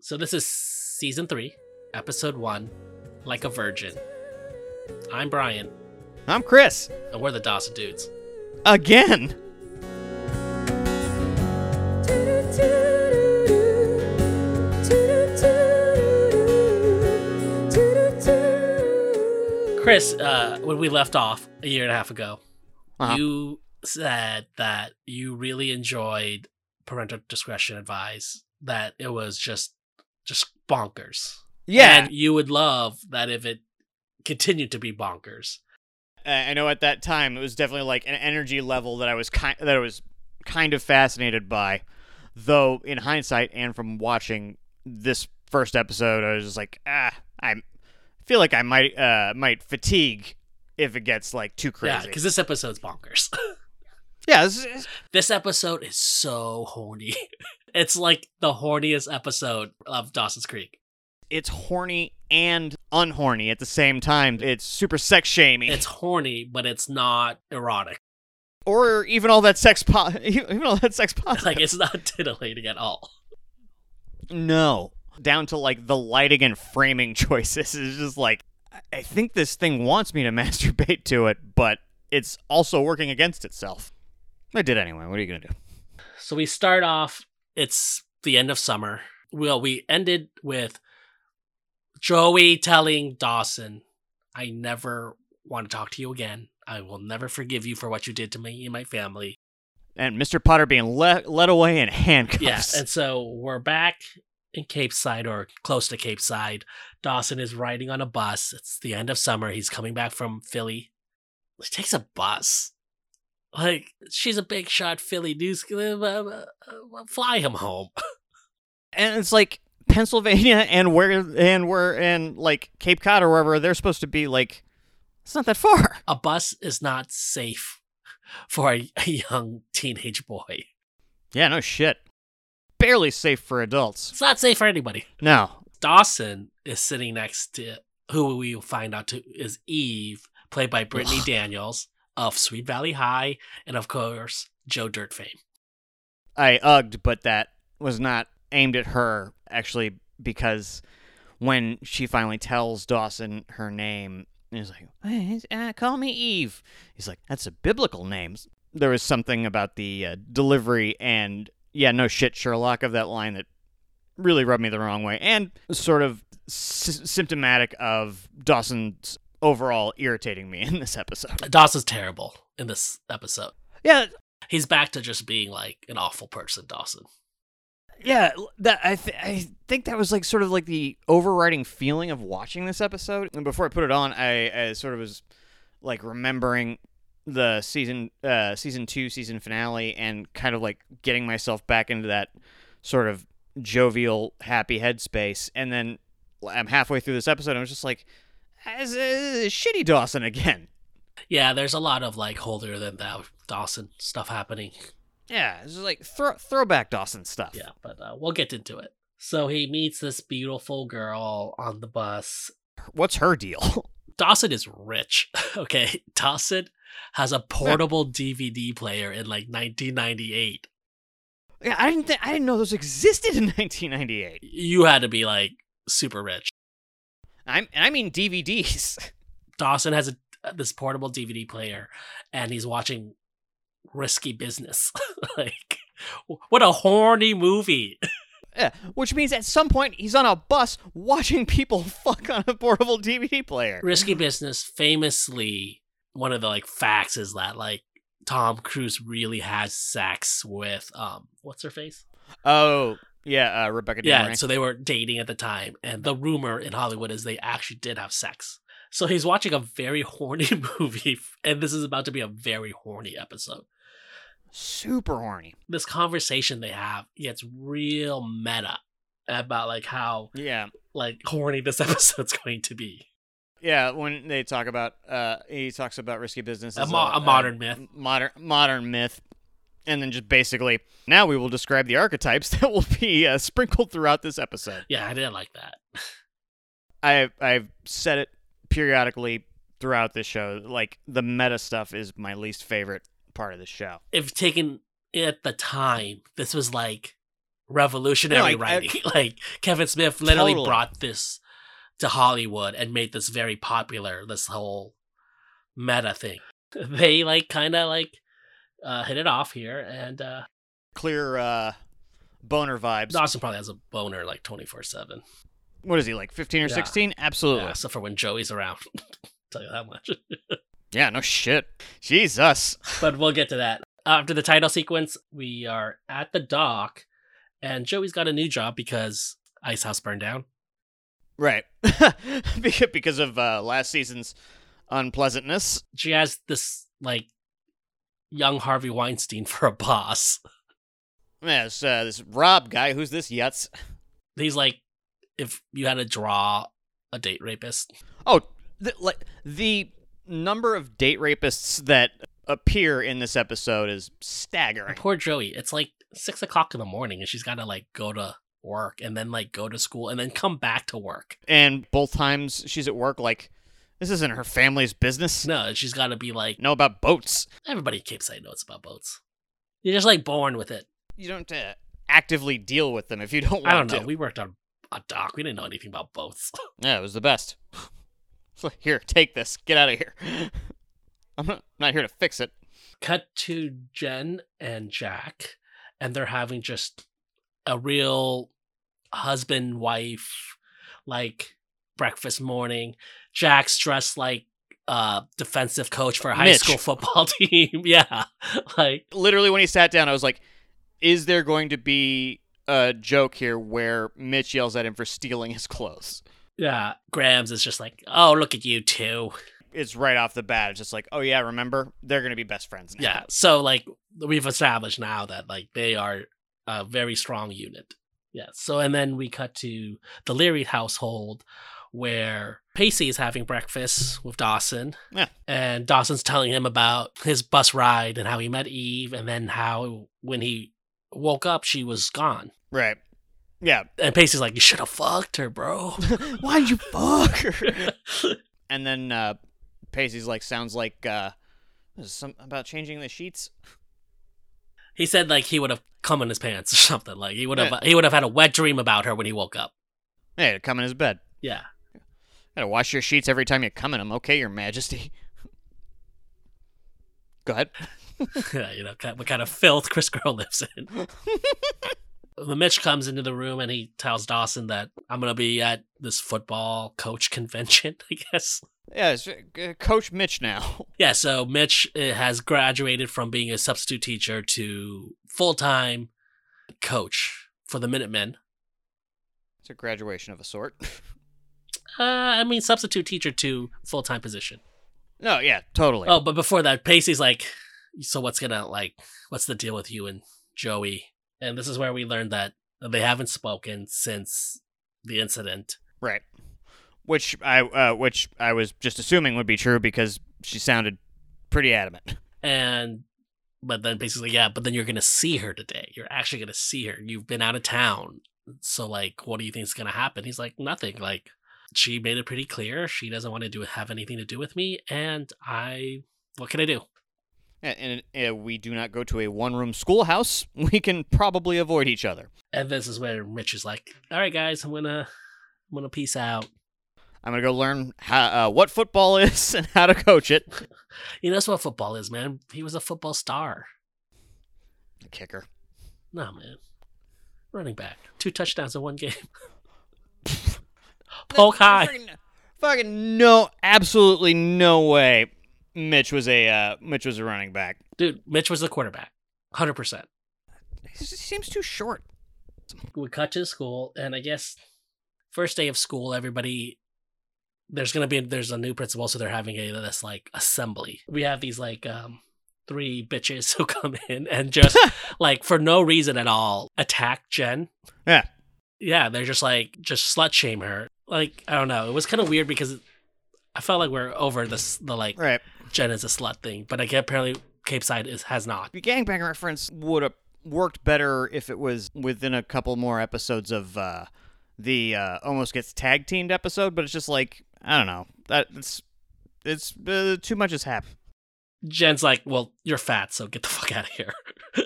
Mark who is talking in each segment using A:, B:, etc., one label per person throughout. A: So this is season three, episode one, like a virgin. I'm Brian,
B: I'm Chris.
A: and we're the Dawson dudes.
B: Again.
A: Chris, uh, when we left off a year and a half ago,
B: Uh-huh.
A: you said that you really enjoyed parental discretion advice. That it was just just bonkers.
B: Yeah.
A: and you would love that if it continued to be bonkers.
B: I I know at that time it was definitely like an energy level that I was kind that I was kind of fascinated by. Though in hindsight and from watching this first episode, I was just like, ah, I feel like I might uh might fatigue if it gets like too
A: Yeah,
B: crazy.
A: because this episode's bonkers.
B: yeah this is-
A: This episode is so horny. It's like the horniest episode of Dawson's Creek.
B: it's horny and unhorny at the same time. It's super sex shamey.
A: It's horny, but it's not erotic.
B: or even all that sex po- even all that sex positive.
A: Like it's not titillating at all.
B: No. Down to like the lighting and framing choices is just like I- I think this thing wants me to masturbate to it, but it's also working against itself. I did anyway. What are you gonna do?
A: So we start off. It's the end of summer. Well, we ended with Joey telling Dawson, "I never want to talk to you again. I will never forgive you for what you did to me and my family."
B: And Mr. Potter being le- led away in handcuffs.
A: Yeah, and so we're back in Cape Side or close to Cape Side. Dawson is riding on a bus. It's the end of summer. He's coming back from Philly. He takes a bus. Like she's a big shot Philly news. uh, uh, uh, Fly him home.
B: and it's like Pennsylvania and where and where and like Cape Cod or wherever they're supposed to be. Like it's not that far.
A: A bus is not safe for a, a young teenage boy.
B: Yeah, no shit. Barely safe for adults.
A: It's not safe for anybody.
B: No.
A: Dawson is sitting next to who we will find out to is Eve, played by Brittany Daniels of Sweet Valley High, and of course Joe Dirt fame.
B: I ugged, but that was not aimed at her, actually, because when she finally tells Dawson her name, he's like, "Hey, uh, call me Eve. He's like, that's a biblical name. There was something about the uh, delivery and, yeah, no shit, Sherlock, of that line that really rubbed me the wrong way and sort of s- symptomatic of Dawson's overall irritating me in this episode.
A: Dawson's terrible in this episode.
B: Yeah,
A: He's back to just being like an awful person, Dawson.
B: yeah l- that I, th- I think that was like sort of like the overriding feeling of watching this episode and before i put it on i, I sort of was like remembering the season uh season two season finale and kind of like getting myself back into that sort of jovial happy headspace and then l- i'm halfway through this episode and i was just like as uh, shitty dawson again
A: Yeah, there's a lot of like holier than thou Dawson stuff happening.
B: yeah it's just like throw, throwback dawson stuff
A: Yeah, but uh, we'll get into it. So he meets this beautiful girl on the bus,
B: what's her deal
A: Dawson is rich. Okay. Dawson has a portable DVD player in like 1998.
B: yeah i didn't th- i didn't know those existed in 1998
A: You had to be like super rich.
B: I'm, and I mean DVDs.
A: Dawson has a, uh, this portable DVD player and he's watching Risky Business. like, what a horny movie.
B: yeah, which means at some point he's on a bus watching people fuck on a portable DVD player.
A: Risky Business, famously, one of the like facts is that like Tom Cruise really has sex with, um, what's her face?
B: Oh, yeah, uh, Rebecca De
A: Yeah,
B: Mornay.
A: so they were dating at the time, and the rumor in Hollywood is they actually did have sex. So he's watching a very horny movie, and this is about to be a very horny episode.
B: super horny.
A: This conversation they have gets real meta about like how
B: Yeah,
A: like horny this episode's going to be.
B: yeah. When they talk about, uh, he talks about risky business,
A: A,
B: as
A: mo- a modern myth.
B: modern modern myth, and then just basically now we will describe the archetypes that will be uh, sprinkled throughout this episode.
A: Yeah, I didn't like that.
B: I I've said it periodically throughout this show. Like the meta stuff is my least favorite part of the show.
A: If taken at the time, this was like revolutionary
B: No, I- I-
A: writing. like Kevin Smith literally
B: Totally.
A: brought this to Hollywood and made this very popular. This whole meta thing. They like kind of like uh, hit it off here, and uh,
B: Clear uh, boner vibes.
A: Dawson probably has a boner like twenty four seven.
B: What is he like, fifteen or
A: Yeah.
B: sixteen? Absolutely. Yeah.
A: Except for when Joey's around. Tell you that much.
B: No shit. Jesus.
A: but we'll get to that. After the title sequence, we are at the dock, and Joey's got a new job because Ice House burned down.
B: Right. Beca- because of uh, last season's unpleasantness.
A: She has this like young Harvey Weinstein for a boss.
B: Yes, uh, this Rob guy. Who's this yutz?
A: He's like, if you had to draw a date rapist,
B: Oh, the, like the number of date rapists that appear in this episode is staggering.
A: poor Joey. It's like six o'clock in the morning, and she's got to like go to work and then like go to school and then come back to work.
B: And both times she's at work, like this isn't her family's business.
A: No, she's got to be like
B: Know about boats?
A: everybody in Cape Side knows about boats. You're just like born with it.
B: You don't have to actively deal with them if you don't want
A: I don't know.
B: to.
A: We worked on a dock. We didn't know anything about boats.
B: Yeah, it was the best. So, here, take this. Get out of here. I'm not, not here to fix it.
A: Cut to Jen and Jack, and they're having just a real husband wife like breakfast morning. Jack's dressed like uh defensive coach for a high
B: Mitch.
A: school football team. yeah. Like
B: Literally, when he sat down, I was like, "Is there going to be a joke here where Mitch yells at him for stealing his clothes?"
A: yeah. Grams is just like, Oh, look at you two.
B: it's right off the bat. It's just like, oh yeah, remember they're gonna be best friends now.
A: Yeah. So like we've established now that like they are a very strong unit. Yeah. So and then we cut to the Leary household where Pacey is having breakfast with Dawson.
B: Yeah.
A: And Dawson's telling him about his bus ride and how he met Eve and then how when he woke up she was gone.
B: Right. Yeah.
A: And Pacey's like, You should have fucked her, bro.
B: Why'd you fuck her? and then uh Pacey's like sounds like uh this is some about changing the sheets.
A: he said like he would have come in his pants or something. Like he would have he would have had a wet dream about her when he woke up.
B: Hey, to come in his bed.
A: Yeah.
B: Gotta wash your sheets every time you come in them, okay, your majesty. Go ahead.
A: Yeah, you know, kind what kind of filth Chris Crow lives in. the Mitch comes into the room and he tells Dawson that I'm gonna be at this football coach convention. I guess.
B: Yeah, it's, uh, Coach Mitch now.
A: Yeah. So Mitch uh, has graduated from being a substitute teacher to full time coach for the Minutemen.
B: It's a graduation of a sort.
A: Uh, I mean, substitute teacher to full time position.
B: no, yeah, totally.
A: Oh, but before that, Pacey's like, so what's gonna like, what's the deal with you and Joey? And this is where we learned that they haven't spoken since the incident.
B: Right. Which I uh, which I was just assuming would be true because she sounded pretty adamant.
A: And but then basically, yeah, but then you're gonna see her today. You're actually gonna see her. You've been out of town. So like what do you think is gonna happen? He's like, nothing. Like she made it pretty clear she doesn't want to do have anything to do with me, and I what can I do?
B: And, and uh, we do not go to a one-room schoolhouse. We can probably avoid each other.
A: And this is where Mitch is like, All right guys, I'm gonna I'm gonna peace out.
B: I'm gonna go learn how, uh, what football is and how to coach it.
A: He knows what football is, man. He was a football star.
B: Kicker.
A: Nah, man. Running back. Two touchdowns in one game. Poke high.
B: Fucking, fucking no, absolutely no way. Mitch was a uh, Mitch was a running back.
A: Dude, Mitch was the quarterback. 100%.
B: He seems too short.
A: We cut to school, and I guess first day of school, everybody. There's gonna be there's a new principal, so they're having a this like assembly. We have these like um three bitches who come in and just like for no reason at all attack Jen.
B: Yeah.
A: yeah, they're just like just slut shame her. Like I don't know, it was kind of weird because I felt like we're over this the like
B: Right.
A: Jen is a slut thing, but I get apparently Cape Side is has not.
B: The gangbang reference would have worked better if it was within a couple more episodes of uh, the uh, almost gets tag teamed episode, but it's just like I don't know. That it's it's uh, too much has happened.
A: Jen's like, well, you're fat, so get the fuck out of here.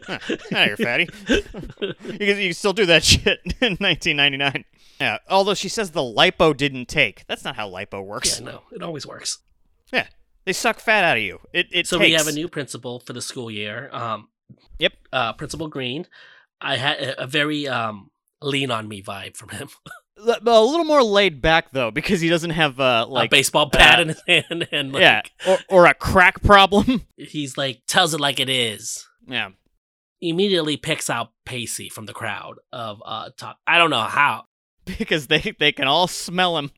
B: Huh. Now you're fatty. you, can, you can still do that shit in 1999. Yeah. Although she says the lipo didn't take. That's not how lipo works.
A: yeah, no, it always works.
B: They suck fat out of you. It it
A: so
B: takes.
A: we have a new principal for the school year. Um,
B: Yep.
A: Uh, principal Green. I had a- a very um, lean on me vibe from him.
B: L- a little more laid back though because he doesn't have uh
A: Like,
B: like
A: a baseball bat
B: uh,
A: in his hand, and like,
B: yeah or, or a crack problem.
A: he's like tells it like it is.
B: yeah.
A: Immediately picks out Pacey from the crowd of uh top. I don't know how.
B: Because they they can all smell him.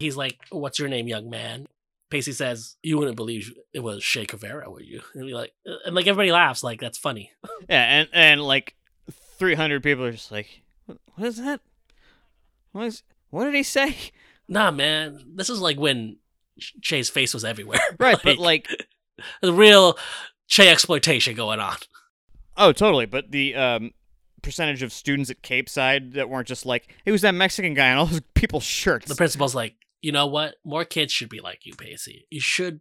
A: He's like, "What's your name, young man?" Pacey says, "You wouldn't believe it was Shea Guevara, would you?" And we like, uh, and like everybody laughs, like that's funny.
B: Yeah, and and like 300 people are just like what is that? What is what did he say?
A: Nah, man, this is like when Che's face was everywhere.
B: Right, but like
A: the real Che exploitation going on.
B: Oh, totally. But the um, percentage of students at Cape Side that weren't just like, "Hey, who's that Mexican guy on all those people's shirts?"
A: The principal's like, you know what? More kids should be like you, Pacey. You should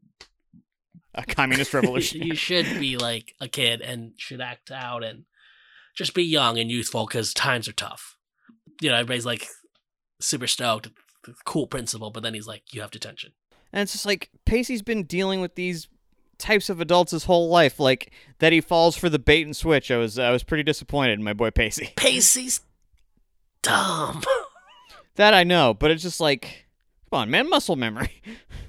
B: a communist revolution.
A: you should be like a kid and should act out and just be young and youthful because times are tough. You know, everybody's like super stoked, cool principal, but then he's like, you have detention.
B: and it's just like Pacey's been dealing with these types of adults his whole life. Like that he falls for the bait and switch. I was I was pretty disappointed in my boy Pacey.
A: Pacey's dumb.
B: That I know, but it's just like, come on, man, muscle memory.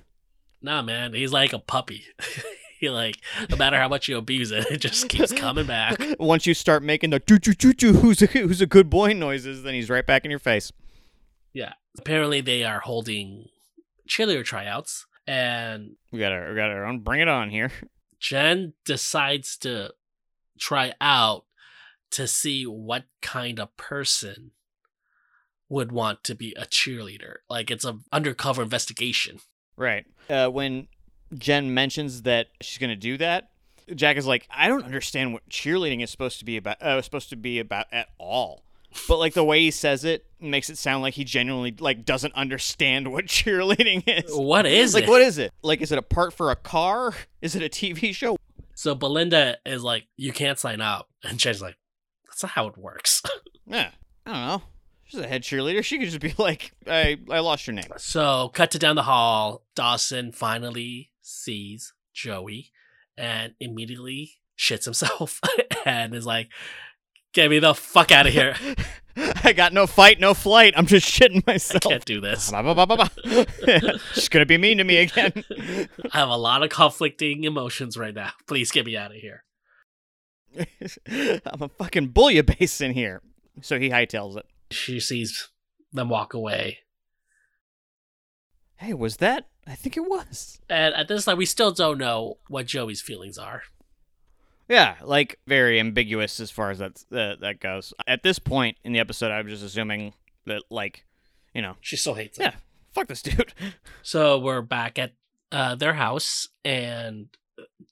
A: nah, man, he's like a puppy. he like, no matter how much you abuse it, it just keeps coming back.
B: Once you start making the choo choo choo choo who's a who's a good boy noises, then he's right back in your face.
A: Apparently, they are holding cheerleader tryouts, and
B: We got our we got our own. Bring it on here.
A: Jen decides to try out to see what kind of person would want to be a cheerleader. Like it's an undercover investigation.
B: Right. Uh, when Jen mentions that she's going to do that, Jack is like, "I don't understand what cheerleading is supposed to be about. Uh, supposed to be about at all." But like the way he says it makes it sound like he genuinely like doesn't understand what cheerleading is.
A: What is
B: like
A: it?
B: what is it? Like is it a part for a car? Is it a TV show?
A: so Belinda is like, you can't sign up, and Jen's like, that's not how it works.
B: Yeah. I don't know. She's a head cheerleader. She could just be like, "I I lost your name."
A: so cut to down the hall. Dawson finally sees Joey, and immediately shits himself and is like, get me the fuck out of here.
B: I got no fight, no flight. I'm just shitting
A: I
B: myself.
A: can't do this.
B: Ba, ba, ba, ba, ba. She's gonna be mean to me again.
A: I have a lot of conflicting emotions right now. Please get me out of here.
B: I'm a fucking bouillabaisse in here. So he hightails it.
A: She sees them walk away.
B: Hey, was that? I think it was.
A: And at this time, we still don't know what Joey's feelings are.
B: Yeah, like very ambiguous as far as that uh, that goes. At this point in the episode, I'm just assuming that like, you know,
A: She still hates him.
B: yeah, fuck this dude.
A: So we're back at uh, their house, and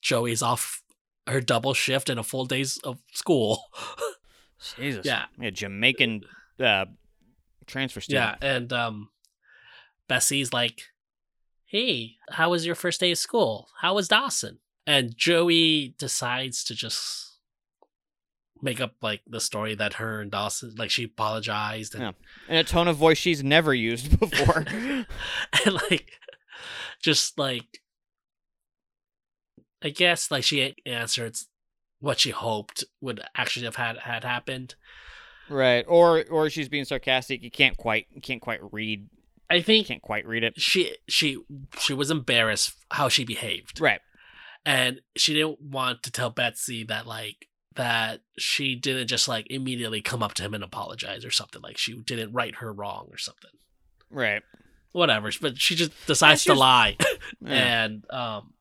A: Joey's off her double shift and a full days of school.
B: Jesus.
A: Yeah.
B: Yeah, Jamaican uh, transfer
A: yeah.
B: student.
A: And um, Bessie's like, Hey, how was your first day of school? How was Dawson? And Joey decides to just make up like the story that her and Dawson, like she apologized and,
B: Yeah. In a tone of voice she's never used before.
A: and like, just like, I guess like she answered what she hoped would actually have had had happened.
B: right. Or or she's being sarcastic. You can't quite you can't quite read
A: I
B: you
A: think
B: can't quite read it.
A: she she she was embarrassed how she behaved.
B: Right.
A: and she didn't want to tell Betsy that like that she didn't just like immediately come up to him and apologize or something like she didn't right her wrong or something
B: Right.
A: whatever but she just decides
B: she
A: to
B: was-
A: lie
B: Yeah.
A: and um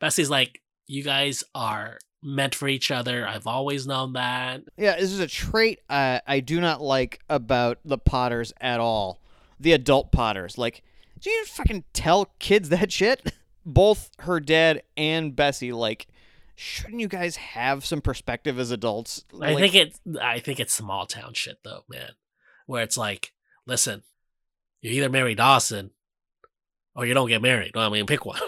A: Betsy's like you guys are meant for each other I've always known that
B: Yeah, this is a trait uh, I do not like about the Potters at all. The adult Potters, like, do you fucking tell kids that shit? Both her dad and Bessie, like, shouldn't you guys have some perspective as adults?
A: I
B: Like,
A: think it I think it's small town shit though man where it's like listen you either marry Dawson or you don't get married well, I mean pick one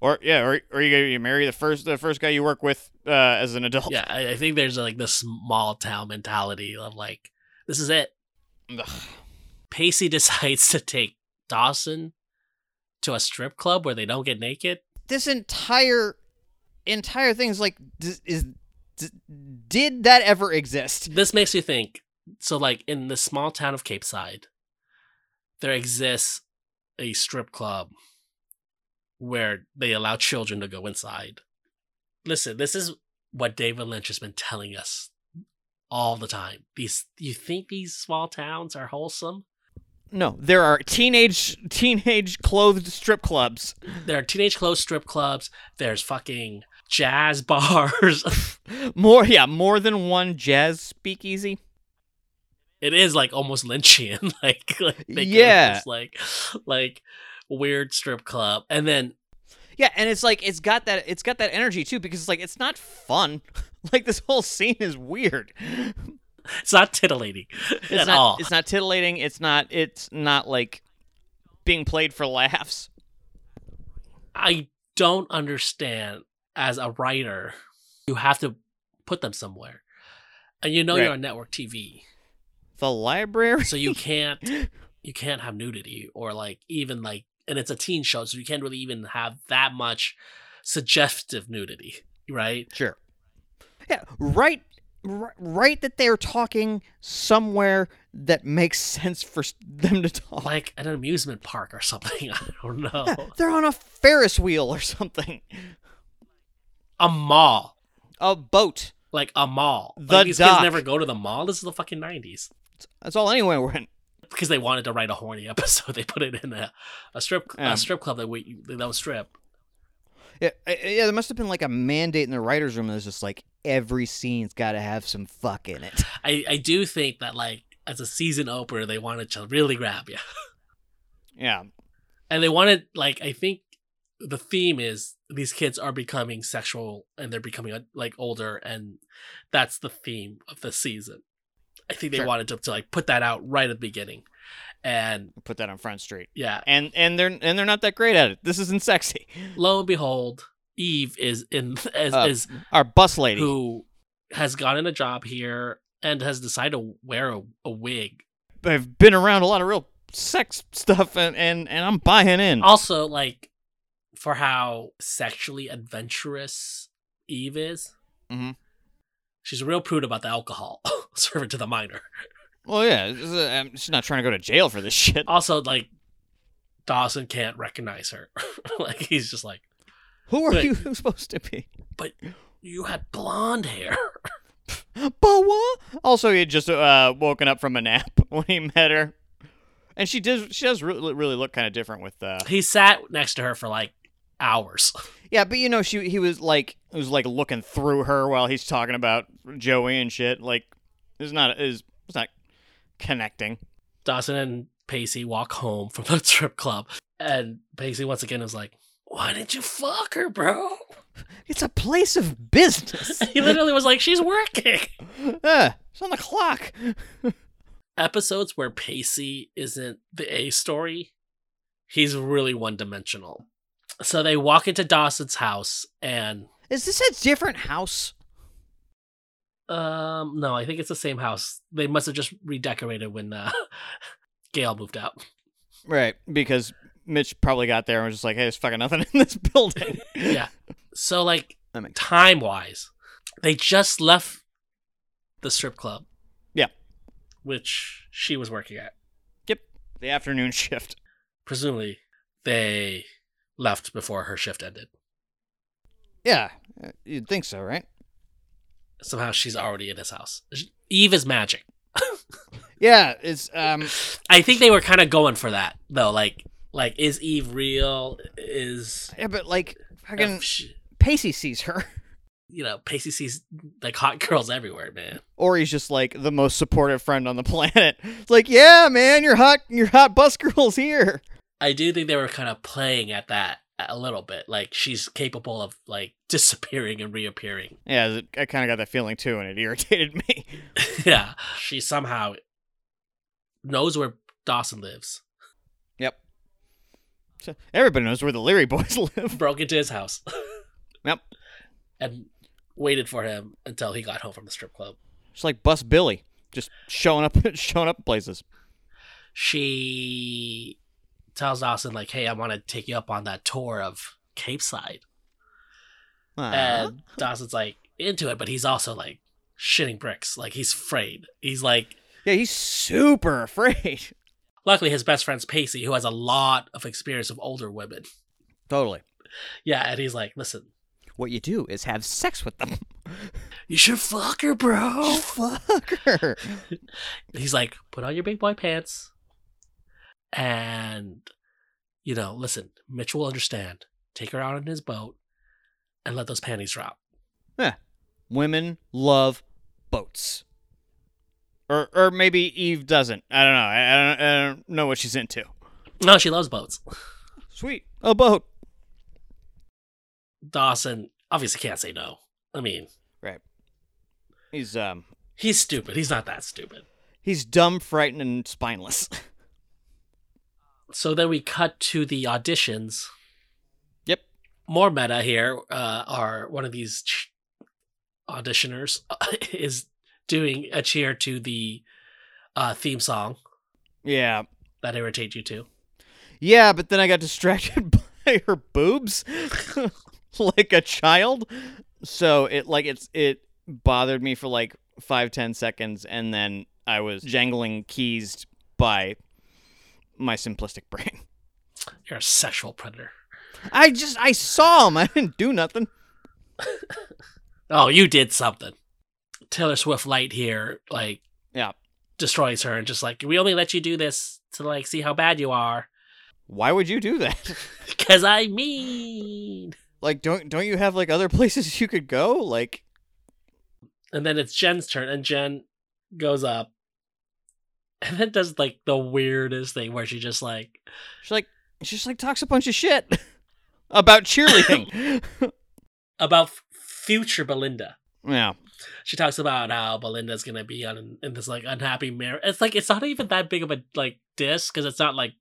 B: or yeah, or, or you you marry the first the first guy you work with uh, as an adult.
A: Yeah, I, I think there's like the small town mentality of like, this is it.
B: Ugh.
A: Pacey decides to take Dawson to a strip club where they don't get naked.
B: This entire entire thing's like d- is d- did that ever exist?
A: This makes you think. So, like in the small town of Cape Side, there exists a strip club where they allow children to go inside. Listen, this is what David Lynch has been telling us all the time. These you think these small towns are wholesome?
B: No, there are teenage teenage clothed strip clubs.
A: There are teenage clothes strip clubs, there's fucking jazz bars.
B: More yeah, more than one jazz speakeasy.
A: it is like almost Lynchian, like, like they go to
B: Yeah.
A: this, like like weird strip club, and then
B: Yeah, and it's like it's got that it's got that energy too because it's like it's not fun. like this whole scene is weird.
A: it's not titillating
B: It's
A: at
B: not
A: all.
B: it's not titillating, it's not it's not like being played for laughs.
A: I don't understand as a writer, you have to put them somewhere, and you know
B: Right.
A: you're on network TV,
B: The library
A: so you can't you can't have nudity or like even like and it's a teen show, so you can't really even have that much suggestive nudity, right?
B: Sure. Yeah, right ri- right that they're talking somewhere that makes sense for s- them to talk.
A: Like an amusement park or something. I don't know.
B: Yeah, they're on a Ferris wheel or something.
A: a mall,
B: A boat.
A: like a mall. Like,
B: The
A: these
B: dock.
A: kids never go to the mall. This is the fucking nineties.
B: That's all anyone went.
A: Because they wanted to write a horny episode, they put it in a, a strip
B: Yeah.
A: a strip club that we that was strip.
B: Yeah, I- I- yeah, there must have been like a mandate in the writers' room. That's just like every scene's got to have some fuck in it.
A: I I do think that like as a season opener, they wanted to really grab you,
B: Yeah,
A: and they wanted like I think the theme is these kids are becoming sexual and they're becoming uh, like older, and that's the theme of the season. I think they
B: Sure.
A: wanted to, to like put that out right at the beginning, and
B: put that on Front Street.
A: yeah,
B: And and they're and they're not that great at it. This isn't sexy.
A: lo and behold, Eve is in is,
B: Uh,
A: is
B: Our bus lady.
A: who has gotten a job here and has decided to wear a, a wig.
B: I've been around a lot of real sex stuff, and and, and I'm buying in.
A: Also, like for how sexually adventurous Eve is,
B: Mhm.
A: she's real prude about the alcohol servant to the minor.
B: Well, yeah, this is, uh, um, she's not trying to go to jail for this shit.
A: Also, like Dawson can't recognize her. like he's just like,
B: Who are
A: But-
B: you supposed to be?
A: you had blonde hair.
B: Boa. Also, he had just uh, woken up from a nap when he met her, and she does she does really, really look kind of different with. Uh...
A: he sat next to her for like hours.
B: Yeah, but you know, she he was like he was like looking through her while he's talking about Joey and shit. Like, it's not is it's not connecting.
A: Dawson and Pacey walk home from the strip club, and Pacey once again is like, "Why didn't you fuck her, bro?"
B: It's a place of business.
A: He literally was like, "She's working."
B: uh, it's on the clock.
A: Episodes where Pacey isn't the A story, he's really one dimensional. So they walk into Dawson's house, and
B: Is this a different house?
A: um, no, I think it's the same house. They must have just redecorated when uh, Gail moved out.
B: Right, because Mitch probably got there and was just like, "Hey, there's fucking nothing in this building."
A: yeah. So like
B: That makes-
A: time wise, they just left the strip club.
B: Yeah.
A: Which she was working at.
B: the afternoon shift.
A: Presumably they left before her shift ended.
B: Yeah, uh, you'd think so, right?
A: Somehow she's already in his house. Eve is magic.
B: Yeah, it's um,
A: I think they were kind of going for that though. Like like is Eve real? Is
B: yeah, but like fucking
A: if she-
B: Pacey sees her,
A: you know, Pacey sees like hot girls everywhere, man.
B: or he's just like the most supportive friend on the planet. It's like, yeah, man, your hot, your hot bus girl's here.
A: I do think they were kind of playing at that a little bit. Like she's capable of like disappearing and reappearing.
B: Yeah, th- I kind of got that feeling too, and it irritated me.
A: yeah, she somehow knows where Dawson lives.
B: Yep. Everybody knows where the Leary boys live.
A: broke into his house.
B: Yep.
A: And waited for him until he got home from the strip club.
B: It's like Bus Billy, just showing up, showing up places.
A: She tells Dawson, like, hey, I want to take you up on that tour of Cape Side.
B: Ah.
A: And Dawson's like into it, but he's also like shitting bricks. Like he's afraid. He's like
B: yeah, he's super afraid.
A: luckily his best friend's Pacey, who has a lot of experience of older women.
B: Totally.
A: Yeah, and he's like, listen,
B: What you do is have sex with them.
A: you should fuck her, bro.
B: Oh, Fucker.
A: He's like, put on your big boy pants. And you know, listen, Mitch will understand. Take her out on his boat and let those panties drop.
B: Women love boats. Or, or maybe Eve doesn't. I don't know. I, I, don't, I don't know what she's into.
A: No, she loves boats.
B: Sweet. A boat.
A: Dawson obviously can't say no. I mean,
B: He's um
A: he's stupid. He's not that stupid.
B: he's dumb, frightened, and spineless.
A: so then we cut to the auditions.
B: Yep.
A: More meta here uh, are one of these ch- auditioners is doing a cheer to the uh, theme song
B: yeah.
A: that irritate you to.
B: Yeah, but then I got distracted by her boobs like a child. So it like it's it bothered me for like five, ten seconds and then I was jangling keys by my simplistic brain.
A: You're a sexual predator.
B: I just I saw him. I didn't do nothing.
A: Oh, you did something. Taylor Swift light here, like
B: Yeah.
A: destroys her and just like we only let you do this to like see how bad you are
B: Why would you do that?
A: because I mean.
B: Like don't don't you have like other places you could go? Like
A: and then it's Jen's turn, and Jen goes up, and then does like the weirdest thing where she just like,
B: She like she just like talks a bunch of shit about cheerleading.
A: about f- future Belinda.
B: yeah.
A: She talks about how Belinda's gonna be on in this like unhappy marriage. It's like it's not even that big of a like diss because it's not like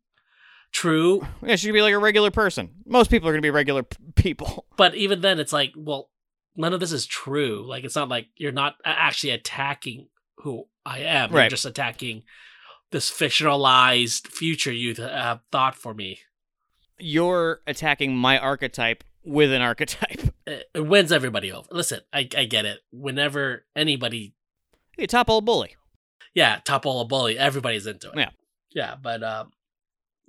A: true.
B: Yeah, she could be like a regular person. Most people are going to be regular p- people.
A: But even then, it's like, well, none of this is true. Like it's not like you're not a- actually attacking who I am. You're
B: Right.
A: just attacking this fictionalized future you have thought for me.
B: You're attacking my archetype with an archetype.
A: it it wins everybody over. Listen, I, I get it. Whenever anybody,
B: You top old bully.
A: yeah, topple a bully, everybody's into it.
B: Yeah.
A: yeah, but um,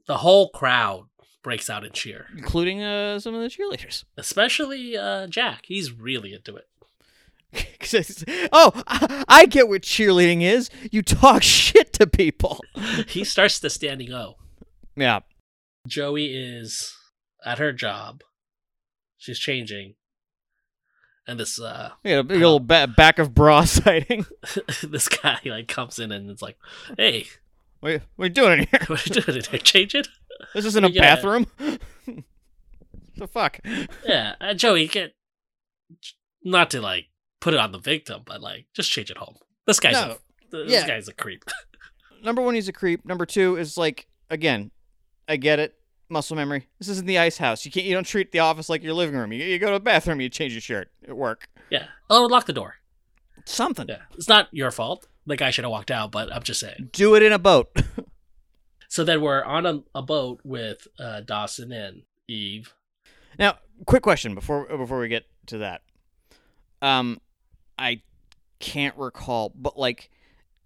A: the whole crowd breaks out in cheer,
B: Including uh, some of the cheerleaders.
A: especially uh, Jack. He's really into it.
B: 'Cause it's- oh, I-, I get what cheerleading is. You talk shit to people.
A: He starts the standing O.
B: Yeah.
A: Joey is at her job. She's changing, and this uh
B: Yeah, a big old ba- back of bra sighting.
A: this guy like comes in and it's like, "Hey,
B: What are you doing in here?
A: what are you doing? Did I change it?"
B: This isn't a
A: Yeah.
B: bathroom. the fuck?
A: Yeah, uh, Joey, get not to like put it on the victim, but like just change it home. This guy's
B: No,
A: a, th- this
B: yeah.
A: guy's a creep.
B: number one, he's a creep. Number two is like, again, I get it. Muscle memory. This isn't the ice house. You can't. You don't treat the office like your living room. You, you go to the bathroom. You change your shirt at work.
A: Yeah. Oh, lock the door.
B: Something.
A: Yeah, it's not your fault. The guy should have walked out, but I'm just saying.
B: Do it in a boat.
A: So then we're on a, a boat with uh, Dawson and Eve.
B: now, quick question before before we get to that. Um, I can't recall, but like,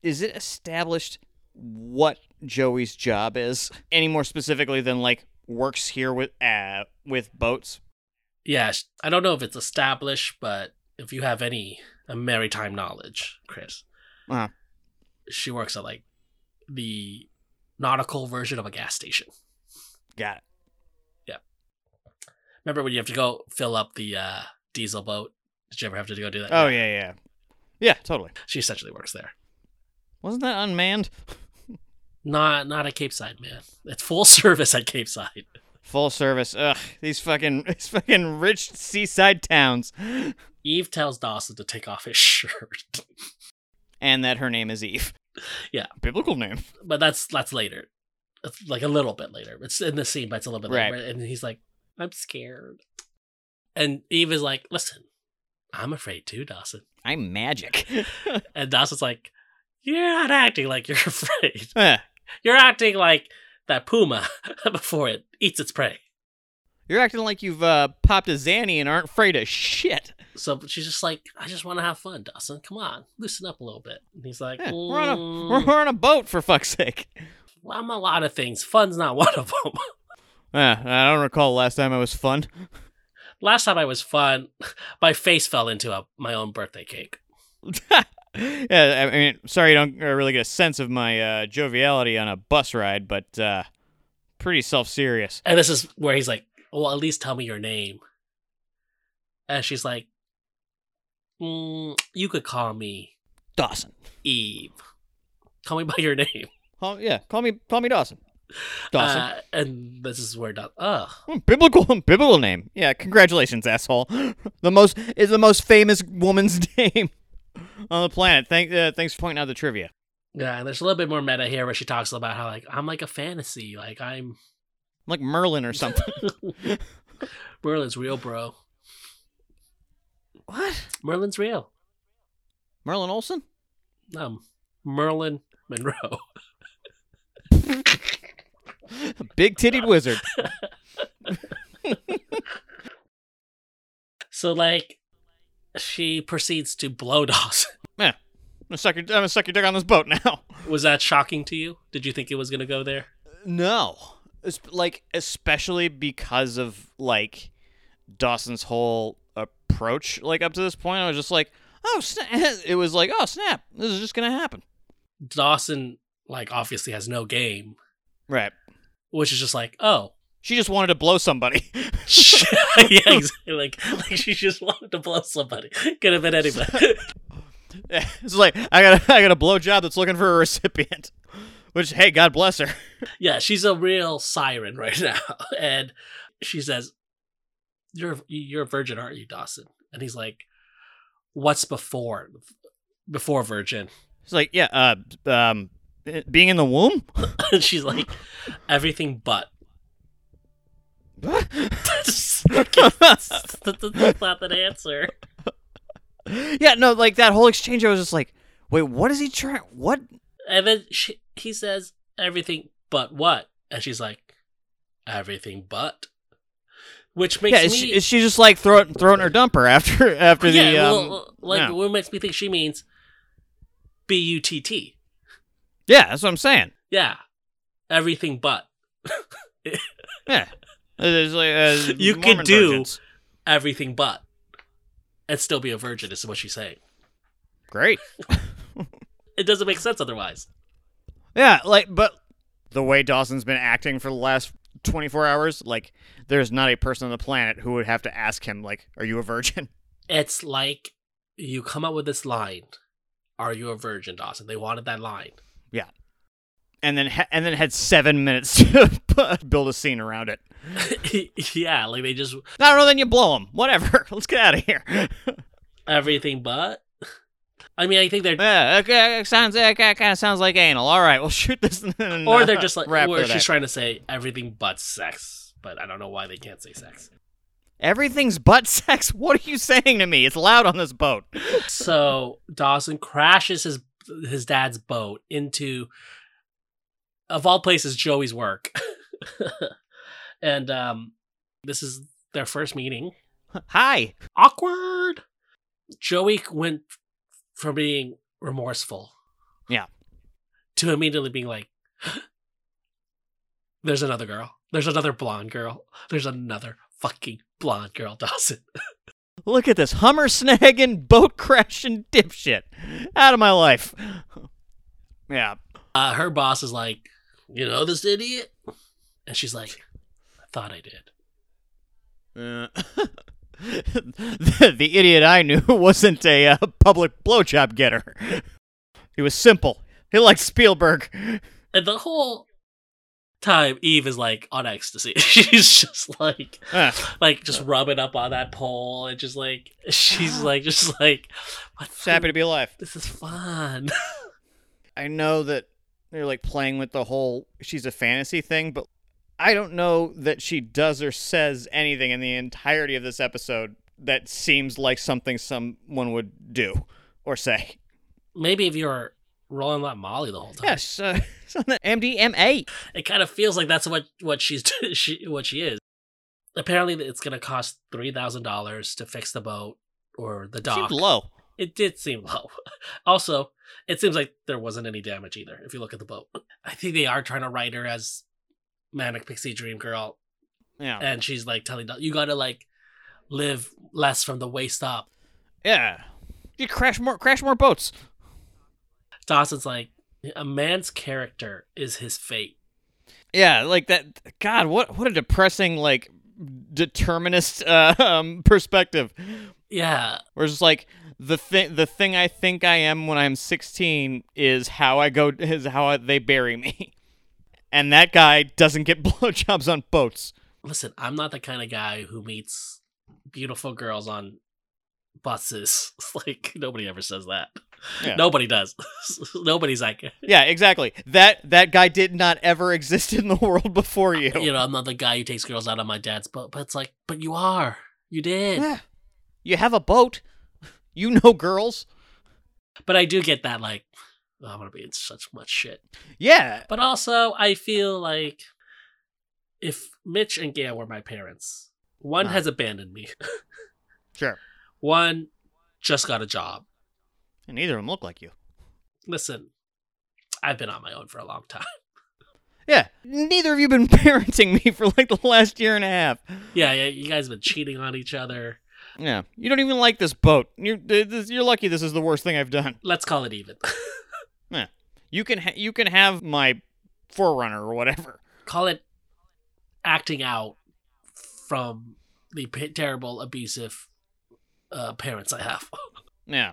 B: is it established what Joey's job is any more specifically than like works here with uh with boats?
A: Yeah, sh- I don't know if it's established, but if you have any uh, maritime knowledge, Chris,
B: Uh-huh.
A: she works at like the nautical version of a gas station.
B: Got it.
A: Remember when you have to go fill up the uh, diesel boat? Did you ever have to go do that?
B: Oh yeah, yeah, yeah. Totally.
A: She essentially works there.
B: Wasn't that unmanned?
A: Not not at Cape Side, man. It's full service at Cape Side.
B: Full service. Ugh, these fucking these fucking rich seaside towns.
A: Eve tells Dawson to take off his shirt,
B: And that her name is Eve.
A: Yeah.
B: Biblical name.
A: but that's that's later. It's like a little bit later. It's in the scene, but it's a little bit
B: Right.
A: later. And he's like, I'm scared. And Eve is like, listen, I'm afraid too, Dawson.
B: I'm magic.
A: And Dawson's like, you're not acting like you're afraid.
B: Eh,
A: You're acting like that puma before it eats its prey.
B: You're acting like you've uh, popped a Zanny and aren't afraid of shit.
A: So she's just like, I just want to have fun, Dawson. Come on, loosen up a little bit. And he's like,
B: Eh, we're, on a,
A: "Mm,
B: we're on a boat, for fuck's sake.
A: well, I'm a lot of things. Fun's not one of them.
B: Eh, I don't recall last time I was fun.
A: Last time I was fun, my face fell into a, my own birthday cake.
B: yeah, I mean, sorry you don't uh, really get a sense of my uh, joviality on a bus ride, but uh, pretty self serious.
A: And this is where he's like, well, at least tell me your name. And she's like, mm, you could call me
B: Dawson.
A: Eve. Call me by your name.
B: Call, yeah, call me call me Dawson. Dawson.
A: Uh, and this is where, Daw- ugh.
B: Hmm, biblical biblical name. Yeah, congratulations, asshole. the most is the most famous woman's name on the planet. Thank uh, thanks for pointing out the trivia.
A: Yeah, and there's a little bit more meta here where she talks about how like I'm like a fantasy, like I'm
B: I'm like Merlin or something.
A: Merlin's real, bro.
B: what?
A: Merlin's real.
B: Merlin Olsen?
A: Um, Merlin Monroe.
B: Big titted wizard.
A: So like, she proceeds to blow Dawson.
B: I'm gonna suck your, I'm gonna suck your dick on this boat now.
A: Was that shocking to you? Did you think it was gonna go there?
B: No. It's like especially because of like Dawson's whole approach like up to this point I was just like, "Oh, sna-. it was like, "Oh, snap. This is just going to happen."
A: Dawson like obviously has no game,
B: Right.
A: which is just like oh.
B: She just wanted to blow somebody.
A: yeah, exactly. Like, like she just wanted to blow somebody. Could have been anybody.
B: it's like I got a, I got a blow job that's looking for a recipient. Which hey, God bless her.
A: yeah, she's a real siren right now. And she says, "You're you're a virgin, aren't you, Dawson?" And he's like, "What's before before virgin?"
B: It's like yeah, uh, um, being in the womb.
A: And she's like, "Everything but." That's not an answer.
B: yeah, no, like that whole exchange. I was just like, wait, what is he trying? What?
A: And then she, he says, "Everything but what?" And she's like, "Everything but," which makes
B: yeah, is
A: me
B: she, is she just like throwing throwing her dumper after after the
A: yeah,
B: um,
A: well, like
B: yeah.
A: what makes me think she means B U T T.
B: yeah? That's what I'm saying.
A: Yeah. Everything but.
B: Yeah, It's like, uh,
A: You could
B: Mormon
A: do-
B: virgins.
A: Everything but. And still be a virgin is what she's saying.
B: great.
A: It doesn't make sense otherwise.
B: Yeah, like, but the way Dawson's been acting for the last 24 hours, like, there's not a person on the planet who would have to ask him, like, are you a virgin?
A: It's like you come up with this line. Are you a virgin, Dawson? They wanted that line.
B: And then, ha- and then had seven minutes to build a scene around it.
A: yeah, like they just
B: I don't know, then you blow him. Whatever. Let's get out of here.
A: everything but. I mean, I think they're
B: yeah, okay, sounds, that kind of sounds like anal. All right, we'll shoot this. And then,
A: or
B: uh,
A: they're just like
B: wrap
A: or
B: it
A: she's
B: up.
A: trying to say everything but sex, but I don't know why they can't say sex.
B: Everything's butt sex. What are you saying to me? It's loud on this boat.
A: so Dawson crashes his his dad's boat into of all places Joey's work. and um this is their first meeting.
B: Hi.
A: Awkward. Joey went from being remorseful.
B: Yeah.
A: To immediately being like there's another girl. There's another blonde girl. There's another fucking blonde girl, Dawson.
B: Look at this Hummer snagging, boat crashing dipshit. Out of my life. Yeah.
A: uh, her boss is like, you know this idiot, and she's like, I thought I did.
B: Uh, the, the idiot I knew wasn't a uh, public blowjob getter. He was simple. He liked Spielberg.
A: And the whole time, Eve is like on ecstasy. she's just like,
B: Uh,
A: like just rubbing up on that pole, and just like she's like, just like, what?
B: just happy to be alive.
A: This is fun.
B: I know that They're like playing with the whole she's a fantasy thing, but I don't know that she does or says anything in the entirety of this episode that seems like something someone would do or say.
A: Maybe if you were rolling that Molly the whole time,
B: Yes, uh, it's on the MDMA.
A: it kind of feels like that's what what she's she what she is. Apparently, it's going to cost three thousand dollars to fix the boat or the dock.
B: Seemed low.
A: It did seem low. Also, it seems like there wasn't any damage either. If you look at the boat, I think they are trying to write her as manic pixie dream girl,
B: Yeah.
A: and she's like telling Doc, you got to like live less from the waist up.
B: Yeah. You crash more crash more boats.
A: Dawson's like, a man's character is his fate.
B: Yeah, like that god, what what a depressing like determinist uh, um, perspective.
A: Yeah,
B: Where it's just like the thing the thing I think I am when I'm 16 is how I go is how I, they bury me. And that guy doesn't get blowjobs on boats.
A: listen, I'm not the kind of guy who meets beautiful girls on buses. like nobody ever says that.
B: Yeah.
A: Nobody does. Nobody's like,
B: Yeah, exactly. That that guy did not ever exist in the world before you.
A: you know, I'm not the guy who takes girls out on my dad's boat. But it's like, but you are. You did.
B: Yeah. You have a boat. You know girls.
A: But I do get that like, oh, I'm gonna be in such much shit.
B: Yeah.
A: But also, I feel like if Mitch and Gail were my parents, one
B: Nah.
A: has abandoned me.
B: Sure.
A: One just got a job.
B: And neither of them look like you.
A: Listen, I've been on my own for a long time.
B: Yeah. Neither of you been parenting me for like the last year and a half.
A: Yeah, yeah, you guys been cheating on each other.
B: Yeah. You don't even like this boat. You're th- this, you're lucky. This is the worst thing I've done.
A: Let's call it even.
B: You can ha- you can have my forerunner or whatever.
A: call it acting out from the p- terrible, abusive uh, parents I have.
B: Yeah.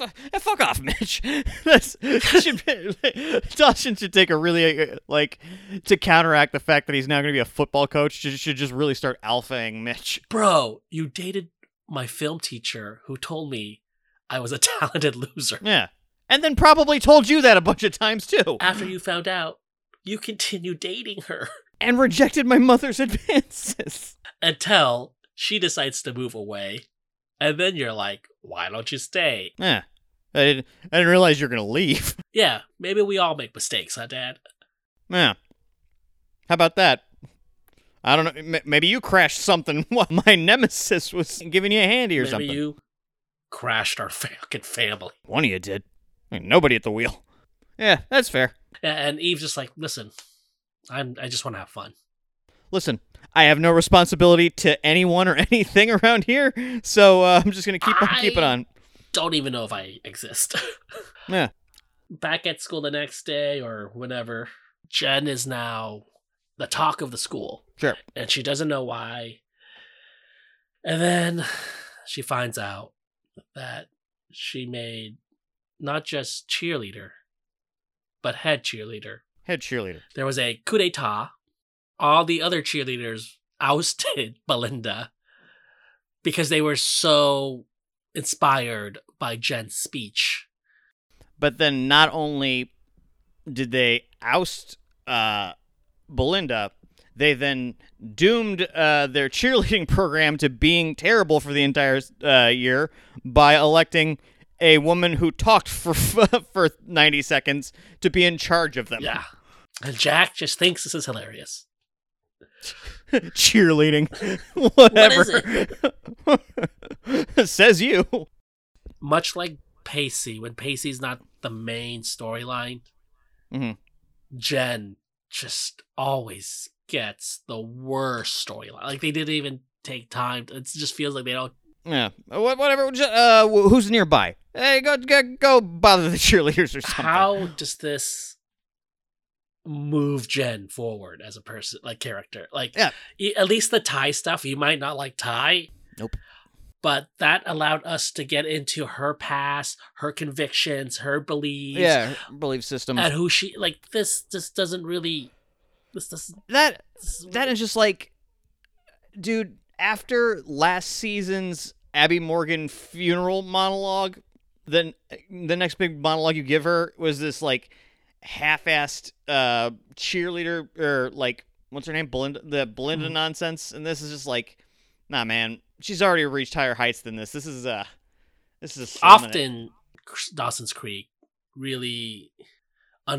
B: F- eh, fuck off, Mitch. That's should be, Dawson should take a really uh, like to counteract the fact that he's now going to be a football coach. Should, should just really start alphaing Mitch.
A: Bro, you dated my film teacher who told me I was a talented loser.
B: Yeah. And then probably told you that a bunch of times too,
A: After you found out, you continued dating her
B: and rejected my mother's advances.
A: until she decides to move away. And then you're like, why don't you stay?
B: Yeah. I didn't, I didn't realize you were going to leave.
A: Yeah, maybe we all make mistakes, huh, Dad?
B: Yeah. How about that? I don't know. M- maybe you crashed something while my nemesis was giving you a handy or
A: Maybe
B: something.
A: you crashed our fucking family.
B: One of you did. I mean, nobody at the wheel. Yeah, that's fair.
A: Yeah, And Eve's just like, listen, I'm, I just want to have fun.
B: Listen, I have no responsibility to anyone or anything around here, so uh, I'm just going to keep on
A: I-
B: keeping on.
A: Don't even know if I exist.
B: Yeah.
A: Back at school the next day or whenever, Jen is now the talk of the school.
B: Sure.
A: And she doesn't know why. And then she finds out that she made not just cheerleader, but head cheerleader.
B: Head cheerleader.
A: There was a coup d'etat. All the other cheerleaders ousted Belinda because they were so inspired by Jen's speech.
B: But then not only did they oust uh, Belinda, they then doomed uh, their cheerleading program to being terrible for the entire uh, year by electing a woman who talked for for 90 seconds to be in charge of them.
A: Yeah. And Jack just thinks this is hilarious.
B: Cheerleading. Whatever. Says you.
A: Much like Pacey, when Pacey's not the main storyline,
B: Mhm.
A: Jen just always gets the worst storyline. Like they didn't even take time. It just feels like they don't.
B: Yeah. Wha- Whatever. Ju- Uh, wh- who's nearby? Hey, go, go, go bother the cheerleaders or something.
A: How does this move Jen forward as a person, like character? Like,
B: Yeah.
A: e- at least the Ty stuff, you might not like Ty.
B: Nope.
A: But that allowed us to get into her past, her convictions, her beliefs,
B: Yeah, belief system.
A: and who she like. This just doesn't really. This doesn't.
B: that
A: This,
B: that is just like, dude. After last season's Abby Morgan funeral monologue, then the next big monologue you give her was this like half-assed uh, cheerleader or like what's her name, Belinda, the Belinda
A: Mhm.
B: nonsense, and this is just like, nah, man, she's already reached higher heights than this. This is uh, this is slumming it.
A: often Dawson's Creek really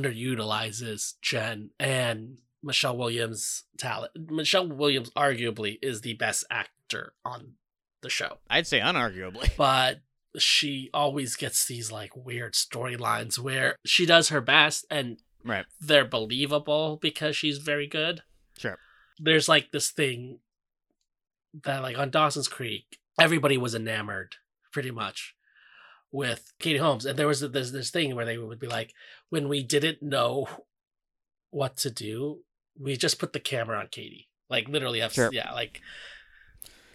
A: underutilizes Jen and Michelle Williams' talent. Michelle Williams arguably is the best actor on the show,
B: I'd say unarguably.
A: but she always gets these like weird storylines where she does her best and
B: Right.
A: they're believable because she's very good.
B: Sure.
A: There's like this thing that like on Dawson's Creek, everybody was enamored pretty much with Katie Holmes, and there was this this thing where they would be like, when we didn't know what to do, we just put the camera on Katie, like literally, I've-
B: Sure.
A: yeah, like.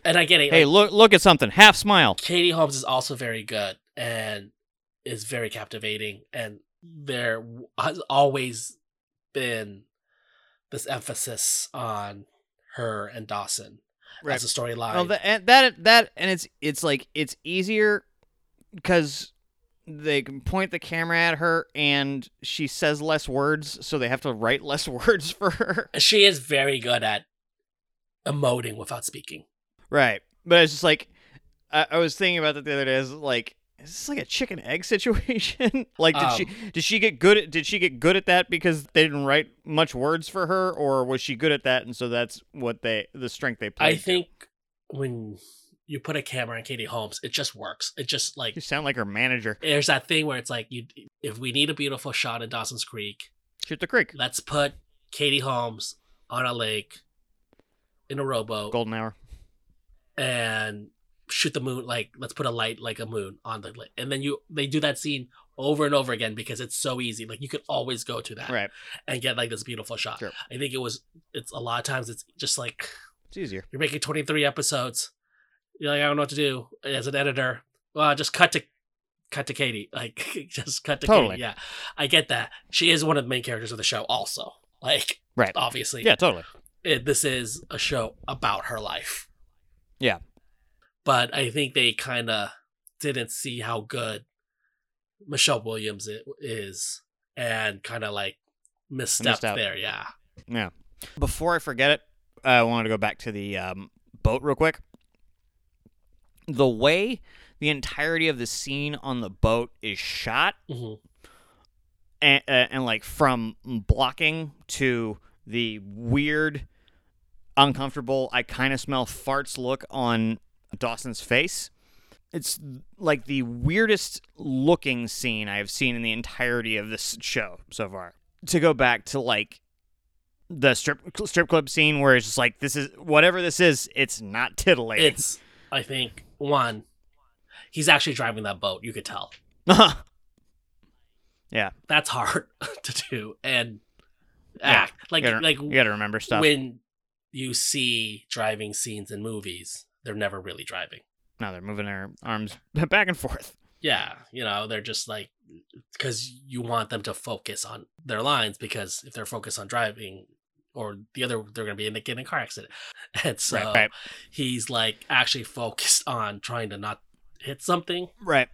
A: And I get it.
B: Hey,
A: like,
B: look look at something. Half smile.
A: Katie Holmes is also very good and is very captivating. And there w- has always been this emphasis on her and Dawson as a storyline.
B: Well, that and that that and it's it's like it's easier because they can point the camera at her and she says less words, so they have to write less words for her.
A: she is very good at emoting without speaking.
B: Right, but it's just like I, I was thinking about that the other day. Is like is this like a chicken egg situation? like did
A: Um,
B: she did she get good at did she get good at that because they didn't write much words for her, or was she good at that and so that's what they the strength they played?
A: I
B: to?
A: think when you put a camera on Katie Holmes, it just works. It just like
B: you sound like her manager.
A: there's that thing where it's like you if we need a beautiful shot in Dawson's Creek,
B: Shoot the creek.
A: let's put Katie Holmes on a lake in a rowboat
B: Golden hour.
A: and shoot the moon like let's put a light like a moon on the lake. And then you they do that scene over and over again because it's so easy. Like you could always go to that
B: Right.
A: and get like this beautiful shot.
B: Sure.
A: I think it was it's a lot of times it's just like
B: It's easier.
A: you're making 23 episodes. You're like I don't know what to do as an editor. Well, just cut to cut to Katie. Like just cut to
B: Totally.
A: Katie. Yeah. I get that. She is one of the main characters of the show also. Like
B: Right.
A: obviously.
B: Yeah, totally.
A: it, eh, this is a show about her life.
B: Yeah.
A: But I think they kind of didn't see how good Michelle Williams i- is and kind of like misstepped
B: out.
A: there. Yeah.
B: Yeah. Before I forget it, I wanted to go back to the um, boat real quick. The way the entirety of the scene on the boat is shot,
A: hmm
B: and, uh, and like from blocking to the weird, uncomfortable, I kind of smell farts look on Dawson's face. It's like the weirdest looking scene I have seen in the entirety of this show so far. To go back to like the strip strip club scene where it's just like this is whatever this is, it's not titillating.
A: It's, I think, one, he's actually driving that boat. You could tell.
B: yeah,
A: That's hard to do and act.
B: you
A: Like,
B: gotta,
A: like
B: you gotta remember stuff.
A: when you see driving scenes in movies, they're never really driving.
B: no, they're moving their arms back and forth.
A: yeah you know they're just like because you want them to focus on their lines because if they're focused on driving or the other they're going to be in a, in a car accident and so
B: right, right.
A: he's like actually focused on trying to not hit something
B: Right.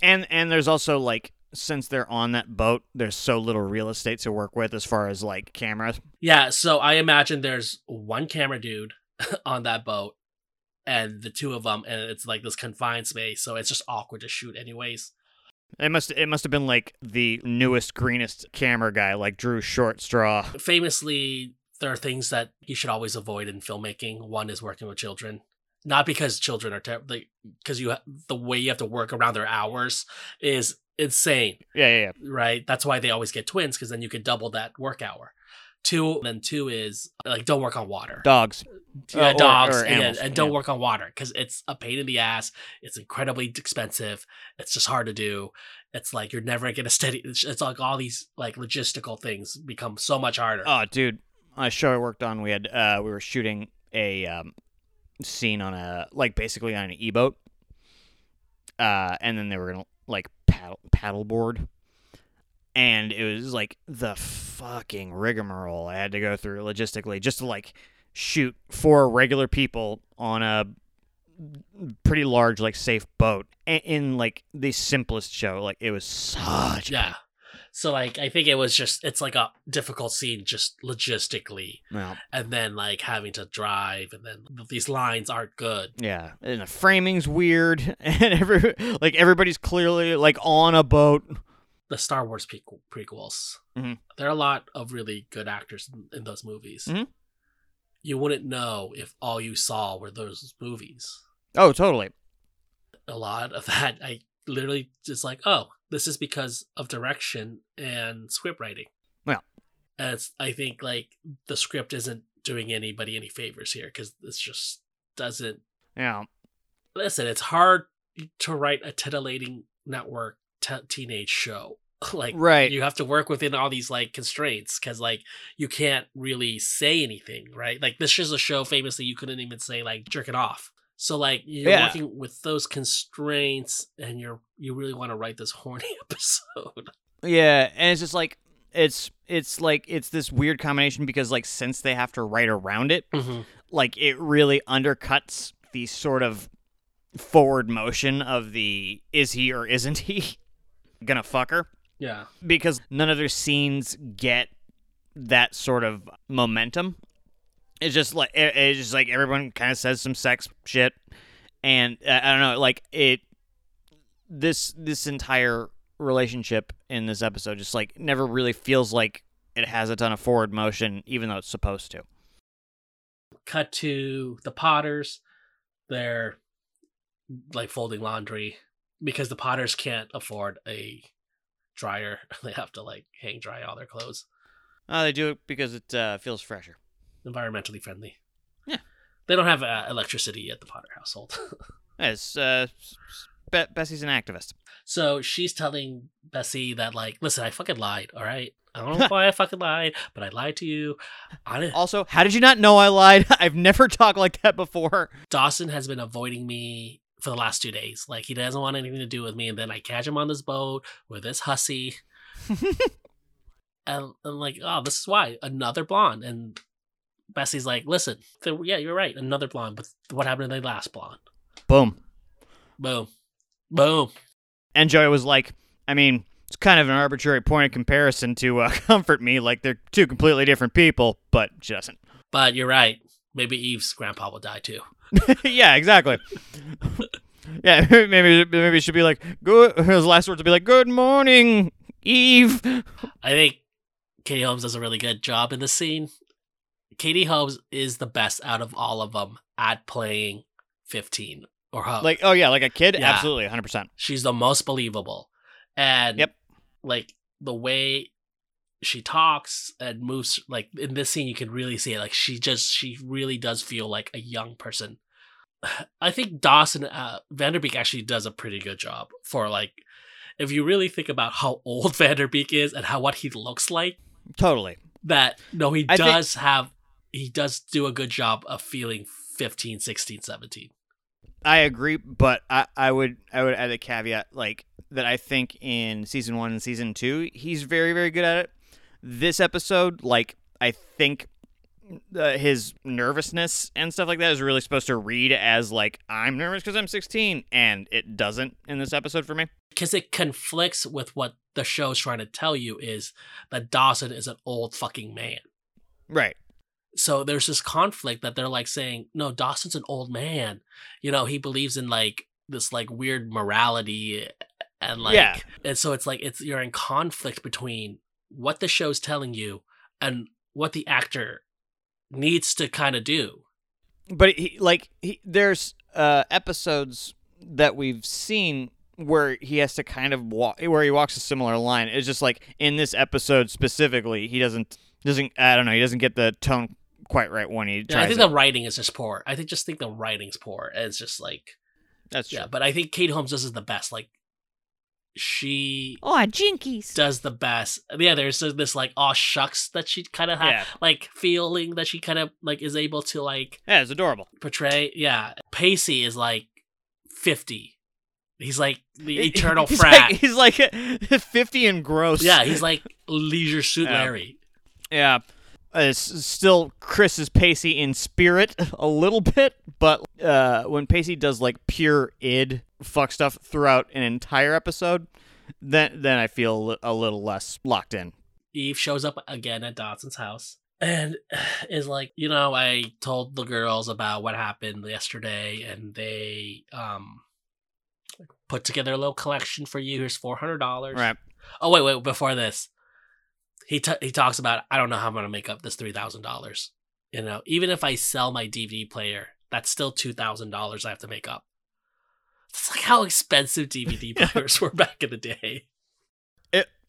B: And and there's also like since they're on that boat, there's so little real estate to work with as far as like cameras.
A: yeah so i imagine there's one camera dude on that boat and the two of them and it's like this confined space so it's just awkward to shoot anyways
B: It must it must have been like the newest greenest camera guy like Drew Shortstraw.
A: famously there are things that you should always avoid in filmmaking one is working with children not because children are terrible because you ha- the way you have to work around their hours is insane
B: Yeah, yeah, yeah.
A: right that's why they always get twins because then you can double that work hour two then two is like don't work on water
B: Dogs.
A: yeah,
B: uh, or-
A: dogs
B: or
A: and-
B: animals,
A: and, don't
B: yeah.
A: work on water because it's a pain in the ass it's incredibly expensive it's just hard to do it's like you're never gonna steady it's, it's like all these like logistical things become so much harder
B: Oh, dude, a show I worked on, we had uh we were shooting a um scene on a like basically on an e-boat. Uh and then they were going to like paddle paddleboard. And it was like the fucking rigmarole I had to go through logistically just to like shoot four regular people on a pretty large like safe boat A- in like the simplest show like it was such a
A: Yeah. So like I think it was just it's like a difficult scene just logistically,
B: Well,
A: and then like having to drive, and then these lines aren't good.
B: yeah, and the framing's weird, and every like everybody's clearly like on a boat.
A: The Star Wars prequel- prequels,
B: Mhm.
A: there are a lot of really good actors in, in those movies.
B: Mhm.
A: You wouldn't know if all you saw were those movies.
B: Oh, totally.
A: a lot of that i literally just like oh this is because of direction and script writing
B: Yeah.
A: And it's i think like the script isn't doing anybody any favors here because this just doesn't
B: Yeah,
A: listen it's hard to write a titillating network t- teenage show like
B: right.
A: you have to work within all these like constraints because like you can't really say anything right like this is a show famously you couldn't even say like jerk it off so like you're
B: Yeah.
A: working with those constraints and you're you really want to write this horny episode
B: Yeah, and it's just like it's it's like it's this weird combination because like since they have to write around it, like it really undercuts the sort of forward motion of the is he or isn't he gonna fuck her
A: yeah
B: because none of their scenes get that sort of momentum. It's just like it- it's just like everyone kind of says some sex shit, and uh, I don't know, like it. This this entire relationship in this episode just like never really feels like it has a ton of forward motion, even though it's supposed to.
A: cut to the potters they're like folding laundry because the potters can't afford a dryer they have to like hang dry all their clothes
B: Oh, they do it because it uh, feels fresher.
A: environmentally friendly
B: Yeah.
A: they don't have uh, electricity at the potter household
B: Yes, uh, s- s- Be- Bessie's an activist.
A: So she's telling Bessie that, like, listen, I fucking lied, all right? I don't know why I fucking lied, but I lied to you. I,
B: Also, how did you not know I lied? I've never talked like that before.
A: Dawson has been avoiding me for the last two days. Like, he doesn't want anything to do with me. And then I catch him on this boat with this hussy. and I'm like, oh, this is why. Another blonde. And Bessie's like, listen, so, yeah, you're right. Another blonde. But what happened to the last blonde?
B: Boom.
A: Boom. Boom.
B: And Joey was like, I mean, it's kind of an arbitrary point of comparison to uh, comfort me. Like they're two completely different people, but she doesn't.
A: But you're right. Maybe Eve's grandpa will die too.
B: yeah, exactly. yeah, maybe maybe it should be like good. His last words would be like, "Good morning, Eve."
A: I think Katie Holmes does a really good job in this scene. Katie Holmes is the best out of all of them at playing 15 or her.
B: Like, oh yeah, like a kid,
A: Yeah.
B: absolutely, hundred percent.
A: she's the most believable. And
B: Yep.
A: like the way she talks and moves like in this scene you can really see it like she just she really does feel like a young person. I think Dawson uh, Vanderbeek actually does a pretty good job for like if you really think about how old Vanderbeek is and how what he looks like
B: Totally.
A: that no he
B: I think-
A: does have he does do a good job of feeling 15 16 17
B: I agree, but I, I would I would add a caveat like that I think in season one and season two he's very very good at it. This episode, like I think uh, his nervousness and stuff like that is really supposed to read as like I'm nervous because I'm 16, and it doesn't in this episode for me.
A: because it conflicts with what the show's trying to tell you is that dawson is an old fucking man
B: Right.
A: so there's this conflict that they're like saying no dawson's an old man you know he believes in like this like weird morality and like
B: Yeah.
A: and so it's like it's you're in conflict between what the show's telling you and what the actor needs to kind of do
B: but he like he, there's uh episodes that we've seen where he has to kind of walk where he walks a similar line it's just like in this episode specifically he doesn't doesn't i don't know he doesn't get the tone quite right when he
A: Yeah, I
B: tries
A: think
B: it.
A: the writing is just poor. I think just think the writing's poor. And it's just like
B: that's true
A: yeah, but I think Kate Holmes does is the best. Like she
B: oh jinkies
A: does the best. Yeah, there's this like aw shucks that she kind of has,
B: yeah
A: like feeling that she kind of like is able to like
B: yeah it's adorable
A: portray. Yeah, Pacey is like fifty. He's like the
B: He-
A: eternal
B: he's
A: frat.
B: like, he's like 50 and gross
A: yeah, he's like Leisure Suit
B: Yeah.
A: Larry.
B: Yeah. Uh, s- still, Chris is Pacey in spirit a little bit, but uh, when Pacey does like pure id fuck stuff throughout an entire episode, then then I feel a little less locked in.
A: Eve shows up again at Dodson's house and is like, you know, I told the girls about what happened yesterday, and they um put together a little collection for you. Here's four hundred dollars.
B: Right.
A: Oh wait, wait. Before this, he t- he talks about I don't know how I'm gonna make up this three thousand dollars. You know, even if I sell my DVD player, that's still two thousand dollars I have to make up. That's like how expensive DVD players were back in the day.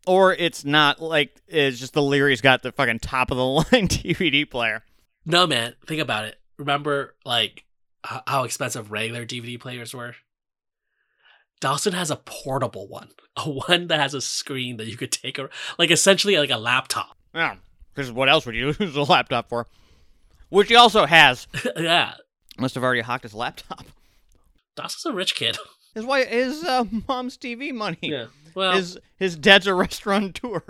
B: Or it's not like it's just the Leary's got the fucking top of the line DVD player.
A: No, man. Think about it. Remember, like, h- how expensive regular DVD players were? Dawson has a portable one, a one that has a screen that you could take, ar- like, essentially like a laptop.
B: Yeah. Because what else would you use a laptop for? Which he also has.
A: yeah.
B: Must have already hawked his laptop.
A: Dawson's a rich kid.
B: His wife, his uh, mom's TV money.
A: yeah. Well,
B: His his dad's a restaurateur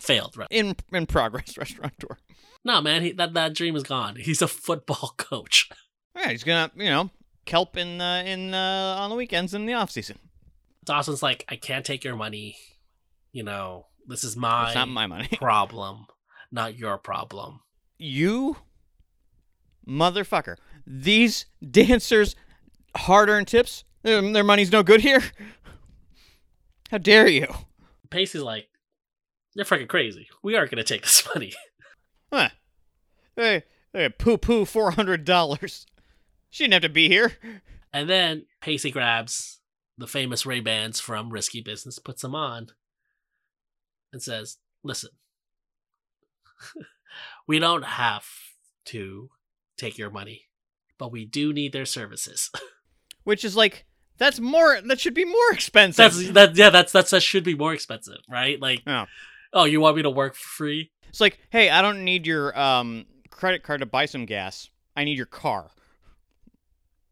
A: failed, right?
B: in in progress restaurateur.
A: No, man. He, that, that dream is gone. He's a football coach.
B: Yeah, he's gonna you know kelp in uh, in uh, on the weekends in the off season.
A: Dawson's like, I can't take your money. You know, this is my,
B: It's not my money.
A: problem, not your problem.
B: you motherfucker these dancers hard-earned tips their, their money's no good here how dare you
A: Pacey's like, they're fucking crazy. We aren't going to take this money.
B: huh hey, hey poo-poo $400 she didn't have to be here
A: And then Pacey grabs the famous Ray Bans from Risky Business, puts them on, and says, Listen, we don't have to take your money, but we do need their services.
B: which is like that's more that should be more expensive
A: that's that yeah, that's that's that should be more expensive, right? Like
B: Yeah.
A: oh, you want me to work for free?
B: it's like hey i don't need your um credit card to buy some gas i need your car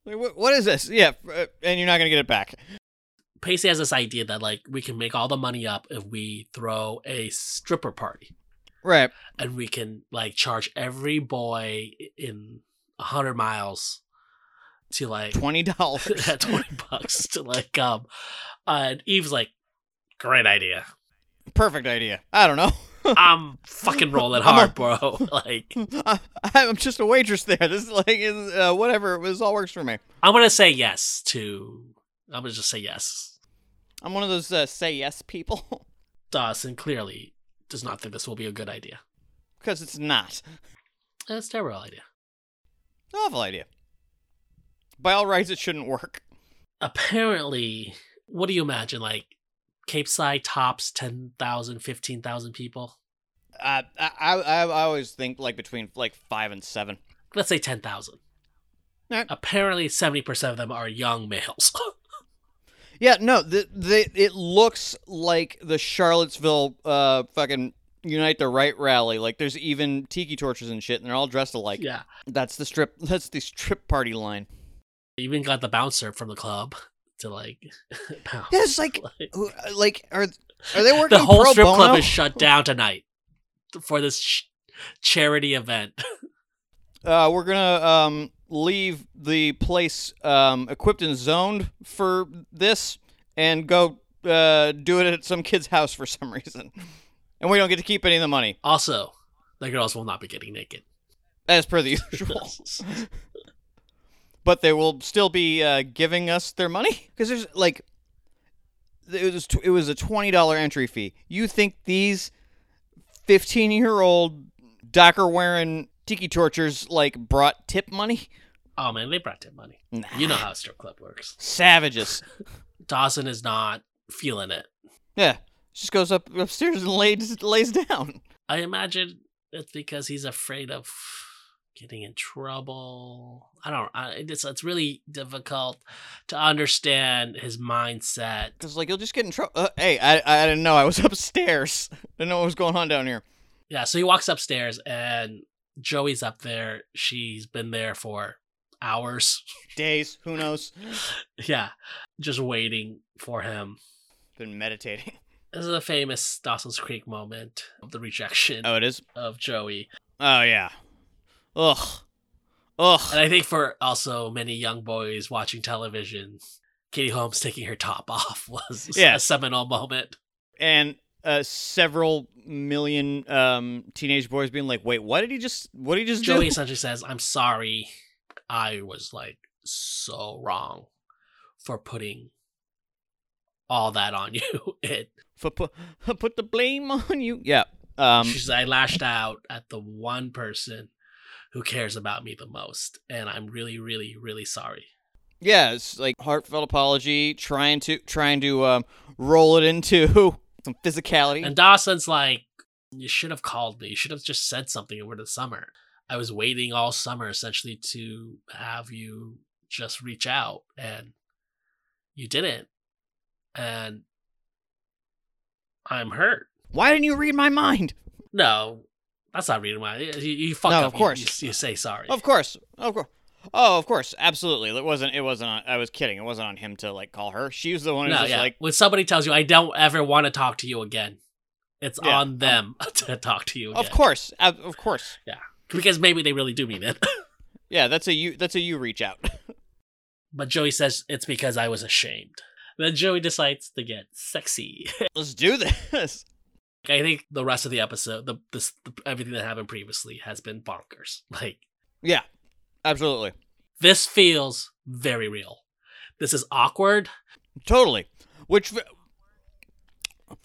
B: Like, what, what is this yeah uh, and you're not gonna get it back
A: Pacey has this idea that like we can make all the money up if we throw a stripper party.
B: right
A: and we can like charge every boy in a hundred miles to like
B: twenty dollars.
A: at twenty bucks to like um uh, and Eve's like, great idea.
B: Perfect idea. I don't know.
A: I'm fucking rolling hard, bro. like
B: I, I'm just a waitress there. This is like is, uh, whatever. This all works for me.
A: I'm gonna say yes to. I'm gonna just say yes.
B: I'm one of those uh, say yes people
A: Dawson clearly does not think this will be a good idea.
B: because it's not
A: That's a terrible idea.
B: awful idea. By all rights, it shouldn't work.
A: Apparently, what do you imagine? Like Cape Side tops 10,000, 15,000 people.
B: Uh, I, I I always think like between like five and seven.
A: let's say 10,000.
B: Alright.
A: Apparently, 70% of them are young males.
B: Yeah, no, the, the it looks like the Charlottesville uh fucking Unite the Right rally. Like there's even tiki torches and shit, and they're all dressed alike.
A: yeah.
B: That's the strip. That's the strip party line.
A: Even got the bouncer from the club to like bounce.
B: Yeah, it's like- Who- uh, like are are they working
A: the whole
B: pro
A: strip
B: bono?
A: club is shut down tonight for this sh- charity event.
B: uh, we're gonna um, leave the place um, equipped and zoned for this and go uh, do it at some kid's house for some reason and we don't get to keep any of the money
A: Also, the girls will not be getting naked.
B: as per the usual but they will still be uh, giving us their money because there's like it was it was a twenty dollar entry fee. You think these fifteen year old docker wearing tiki torchers like brought tip money?
A: oh man, they brought in money.
B: Nah.
A: You know how a strip club works.
B: savages.
A: Dawson is not feeling it.
B: yeah, just goes up upstairs and lays lays down.
A: I imagine it's because he's afraid of getting in trouble. I don't. I, it's it's really difficult to understand his mindset.
B: Cause like you'll just get in trouble. Uh, hey, I I didn't know I was upstairs. Didn't know what was going on down here.
A: Yeah, so he walks upstairs and Joey's up there. She's been there for hours.
B: Days, who knows?
A: Yeah, just waiting for him.
B: Been meditating.
A: This is a famous Dawson's Creek moment of the rejection
B: Oh, it is.
A: of Joey.
B: Oh yeah. Ugh. Ugh.
A: And I think for also many young boys watching television, Katie Holmes taking her top off was
B: Yeah.
A: a seminal moment.
B: and uh, several million um, teenage boys being like, "Wait, what did he just? What did he just
A: Joey
B: do?"
A: essentially says, I'm sorry. I was like so wrong for putting all that on you. It
B: For pu- put the blame on you. Yeah. Um,
A: she says, I lashed out at the one person who cares about me the most. And I'm really, really, really sorry.
B: yeah, it's like heartfelt apology, trying to trying to um, roll it into some physicality.
A: And Dawson's like, You should have called me. You should have just said something over the summer. I was waiting all summer essentially to have you just reach out, and you didn't. And I'm hurt.
B: Why didn't you read my mind?
A: No, that's not reading why. You, you fuck
B: No,
A: up.
B: of
A: You-
B: course.
A: You, you say sorry.
B: Of course, of course. Oh, of course, absolutely. It wasn't. It wasn't. On, I was kidding. It wasn't on him to like call her. She was the one who was
A: No,
B: just
A: yeah.
B: like,
A: when somebody tells you, I don't ever want to talk to you again, it's
B: Yeah.
A: on them to talk to you again.
B: "Of course, ab- of course."
A: Because maybe they really do mean it.
B: Yeah, that's a you. That's a you reach out.
A: But Joey says it's because I was ashamed. Then Joey decides to get sexy.
B: Let's do this.
A: I think the rest of the episode, the this the, everything that happened previously has been bonkers. Like
B: Yeah, absolutely,
A: this feels very real. This is awkward.
B: totally. Which,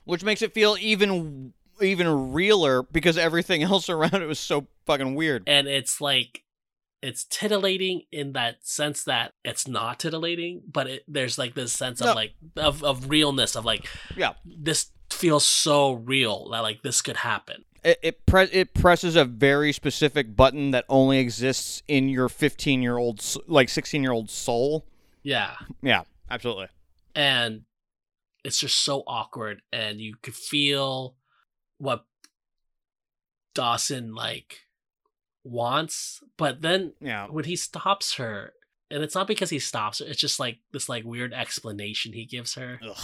B: which makes it feel even even realer because everything else around it was so fucking weird.
A: and it's like it's titillating in that sense that it's not titillating, but it, there's like this sense
B: No.
A: of like of of realness of like
B: Yeah.
A: this feels so real that like this could happen.
B: It it, pre- it presses a very specific button that only exists in your fifteen year old like sixteen year old soul.
A: Yeah,
B: Yeah, absolutely.
A: and it's just so awkward, and you could feel what Dawson like wants, but then
B: Yeah,
A: when he stops her, and it's not because he stops her; it's just like this like weird explanation he gives her.
B: Ugh.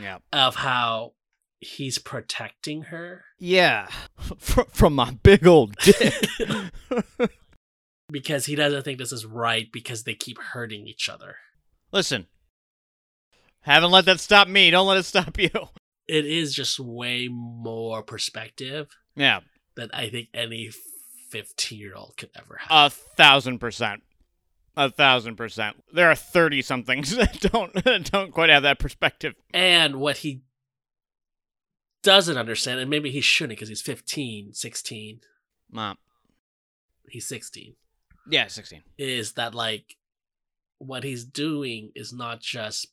B: yeah,
A: of how he's protecting her
B: yeah. From, from my big old dick.
A: because he doesn't think this is right because they keep hurting each other.
B: Listen, haven't let that stop me. Don't let it stop you.
A: It is just way more perspective
B: Yeah,
A: than I think any 15 year old could ever have.
B: a thousand percent, a thousand percent. There are thirty somethings that don't that don't quite have that perspective.
A: and what he doesn't understand, and maybe he shouldn't because he's 15, 16,
B: Mom,
A: he's 16,
B: yeah, sixteen.
A: is that like what he's doing is not just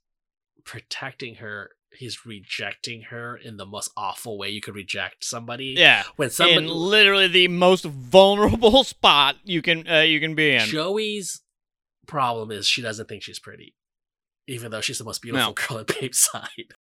A: protecting her, he's rejecting her in the most awful way you could reject somebody.
B: Yeah,
A: when somebody
B: in literally the most vulnerable spot you can uh, you can be in.
A: Joey's problem is she doesn't think she's pretty, even though she's the most beautiful
B: No.
A: girl in Babe Side.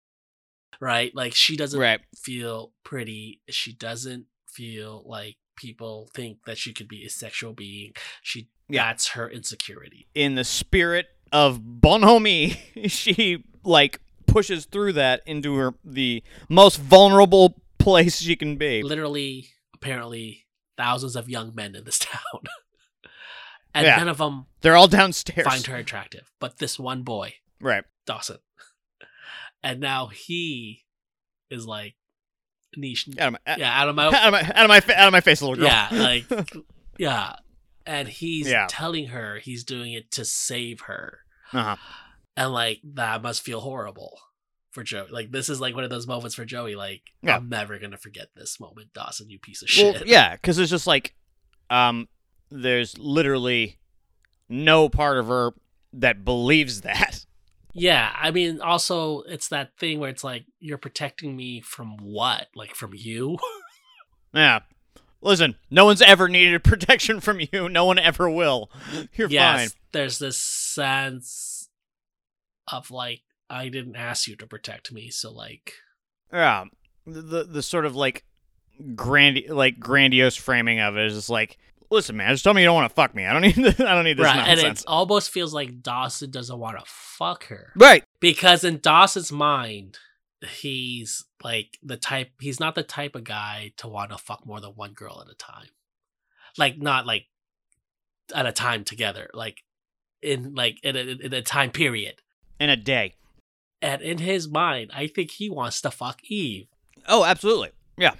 A: Right? Like she doesn't
B: Right.
A: feel pretty. She doesn't feel like people think that she could be a sexual being. She
B: Yeah.
A: that's her insecurity.
B: in the spirit of bonhomie, she like pushes through that into her the most vulnerable place she can be.
A: Literally, apparently, thousands of young men in this town, and
B: Yeah.
A: none of them
B: They're all downstairs.
A: find her attractive, but this one boy.
B: Right.
A: Dawson. And now he is like niche.
B: Out of my out,
A: Yeah, out of my
B: out of my out of my, fa- out of my face, little girl.
A: yeah, like yeah. And he's
B: Yeah.
A: telling her he's doing it to save her.
B: Uh-huh.
A: And like that must feel horrible for Joey. Like this is like one of those moments for Joey, like,
B: Yeah.
A: I'm never gonna forget this moment, Dawson, you piece of
B: Well,
A: shit.
B: yeah, because it's just like, um, there's literally no part of her that believes that.
A: Yeah, I mean, also it's that thing where it's like you're protecting me from what? Like from you?
B: Yeah. Listen, no one's ever needed protection from you. No one ever will. You're fine.
A: There's this sense of like I didn't ask you to protect me, so like
B: Yeah, the the, the sort of like grand like grandiose framing of it is just like, listen, man, just tell me you don't want to fuck me. I don't need this, I don't need this
A: right, and
B: nonsense.
A: it almost feels like Dawson doesn't want to fuck her
B: Right.
A: because in Dawson's mind, he's like the type. He's not the type of guy to want to fuck more than one girl at a time, like not like at a time together, like in like in a, in a time period.
B: in a day.
A: And in his mind, I think he wants to fuck Eve.
B: Oh, absolutely. Yeah.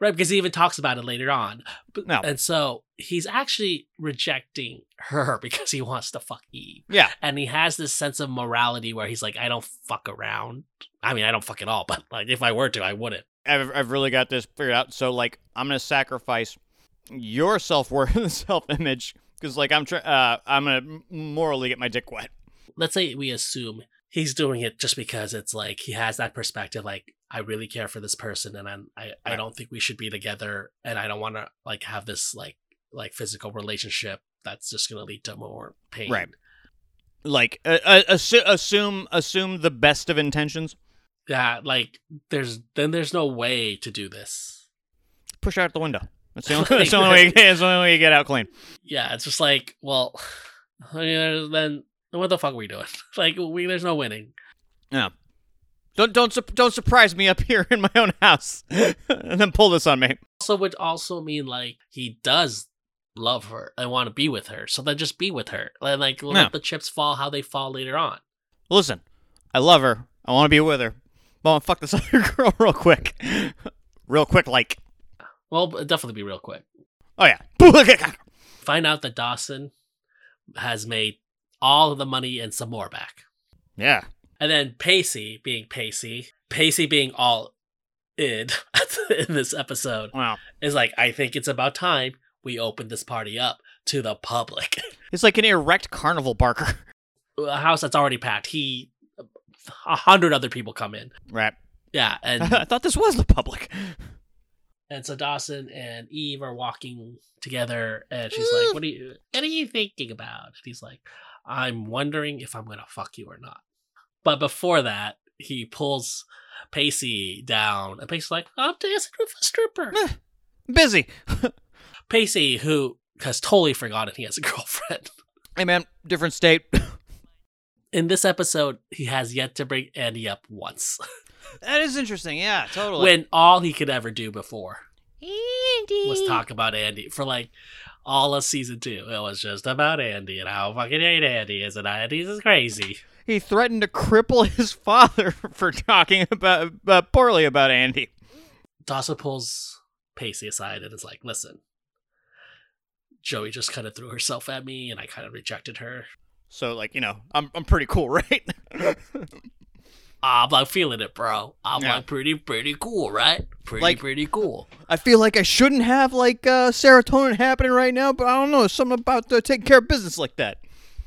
A: Right, because he even talks about it later on. But,
B: No.
A: And so he's actually rejecting her because he wants to fuck Eve.
B: Yeah.
A: And he has this sense of morality where he's like, I don't fuck around. I mean, I don't fuck at all, but like if I were to, I wouldn't.
B: I've, I've really got this figured out. So like, I'm gonna sacrifice your self worth and self image because like I'm try uh, I'm gonna morally get my dick wet.
A: Let's say we assume he's doing it just because it's like he has that perspective, like, I really care for this person and I'm, I, I
B: Right.
A: don't think we should be together and I don't want to like have this like like physical relationship that's just going to lead to more pain.
B: Right. Like, uh, uh, assu- assume assume the best of intentions.
A: Yeah, like there's then there's no way to do this.
B: Push out the window. That's the only, that's the only way. That's the only way you get out clean.
A: Yeah, it's just like, well, I mean, there's- then what the fuck are we doing? Like we there's no winning.
B: Don't don't su- don't surprise me up here in my own house, and then pull this on me.
A: Also would also mean like he does love her and want to be with her. So then just be with her. And like let
B: Yeah.
A: the chips fall how they fall later on.
B: Listen, I love her. I want to be with her. But I want to fuck this other girl real quick, real quick, like.
A: Well, but definitely be real quick.
B: Oh yeah.
A: Find out that Dawson has made all of the money and some more back.
B: Yeah.
A: And then Pacey being Pacey, Pacey being all in in this episode
B: Wow.
A: is like, I think it's about time we open this party up to the public.
B: It's like an erect carnival barker.
A: A house that's already packed. He, a hundred other people come in.
B: Right.
A: Yeah. And,
B: I thought this was the public.
A: and so Dawson and Eve are walking together and she's like, what are you, what are you thinking about? And he's like, I'm wondering if I'm going to fuck you or not. But before that, he pulls Pacey down and Pacey's like, I'm dancing with a stripper.
B: Busy.
A: Pacey, who has totally forgotten he has a girlfriend.
B: Hey man, different state.
A: In this episode, he has yet to bring Andy up once,
B: that is interesting. Yeah, totally.
A: when all he could ever do before
B: Andy.
A: was talk about Andy for like all of season two. It was just about Andy and how fucking hate Andy is, and Andy's is crazy.
B: He threatened to cripple his father for talking about uh, poorly about Andy.
A: Dawson pulls Pacey aside and is like, "Listen, Joey just kind of threw herself at me, and I kind of rejected her.
B: So like you know, I'm I'm pretty cool, right?
A: Ah, I'm like feeling it, bro. I'm
B: Yeah.
A: like pretty, pretty cool, right? Pretty,
B: Like-
A: pretty cool."
B: I feel like I shouldn't have like uh, serotonin happening right now, but I don't know something about uh, taking care of business like that.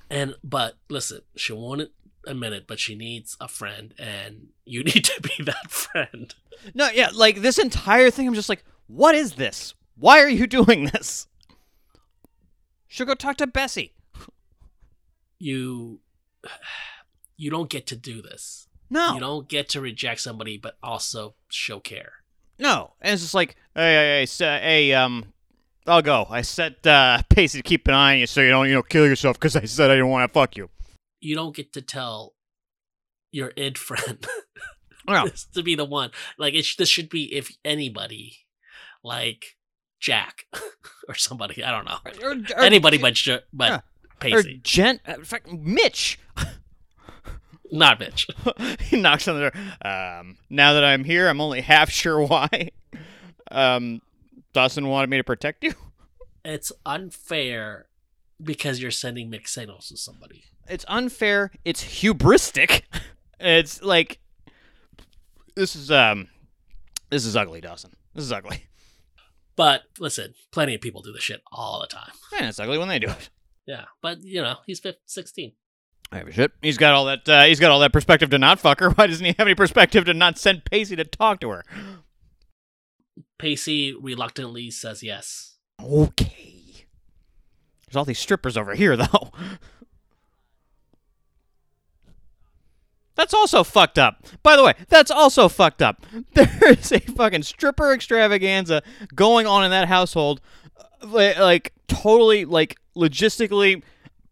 A: And but listen, she won't admit it, but she needs a friend, and you need to be that friend.
B: No, yeah, like this entire thing, I'm just like, what is this? Why are you doing this? Should go talk to Bessie.
A: You you don't get to do this.
B: No,
A: You don't get to reject somebody, but also show care.
B: no. And it's just like, hey, hey, hey, s- uh, hey um, I'll go. I said, uh, Pacey, to keep an eye on you so you don't, you know, kill yourself because I said I didn't want to fuck you.
A: You don't get to tell your id friend
B: No,
A: this to be the one. Like it, sh- this should be if anybody, like Jack or somebody. I don't know
B: or, or,
A: anybody but J- but
B: Yeah. or
A: Pacey,
B: Jen, uh, in fact, Mitch.
A: not Mitch.
B: he knocks on the door. Um, now that I'm here, I'm only half sure why. Um, Dawson wanted me to protect you.
A: it's unfair because you're sending mixed signals to somebody.
B: it's unfair. It's hubristic. It's like this is um this is ugly, Dawson. This is ugly.
A: But listen, plenty of people do this shit all the time.
B: And it's ugly when they do it.
A: Yeah, but you know, he's 15, 16.
B: I give a shit. He's got all that. Uh, he's got all that perspective to not fuck her. Why doesn't he have any perspective to not send Pacey to talk to her?
A: Pacey reluctantly says yes.
B: Okay. There's all these strippers over here, though. That's also fucked up. By the way, that's also fucked up. There is a fucking stripper extravaganza going on in that household, uh, li- like totally, like logistically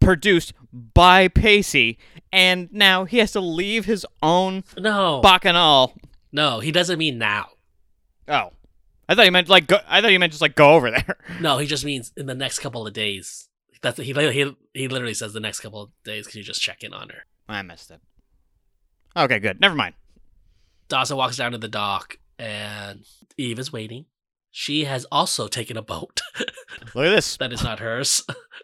B: produced by Pacey, and now he has to leave his own Oh.
A: No,
B: bacchanal.
A: no, he doesn't mean now.
B: Oh, I thought he meant like go- I thought he meant just like go over there.
A: No, he just means in the next couple of days. That's he. He, he literally says the next couple of days. Can you just check in on her?
B: I missed it. Okay, good. Never mind.
A: Dawson walks down to the dock and Eve is waiting. She has also taken a boat
B: Look at this.
A: that is not hers.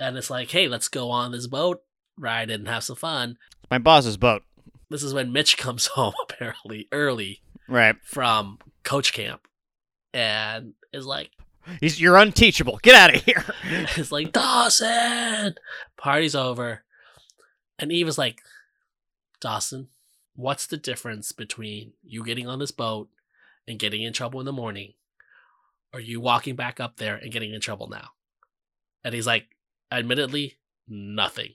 A: and it's like, hey, let's go on this boat ride and have some fun.
B: My boss's boat.
A: This is when Mitch comes home, apparently, early
B: Right.
A: from coach camp and is like,
B: He's, you're unteachable. Get out of here.
A: It's like Dawson. Party's over, and Eve is like, Dawson, what's the difference between you getting on this boat and getting in trouble in the morning, or you walking back up there and getting in trouble now? And he's like, admittedly, nothing.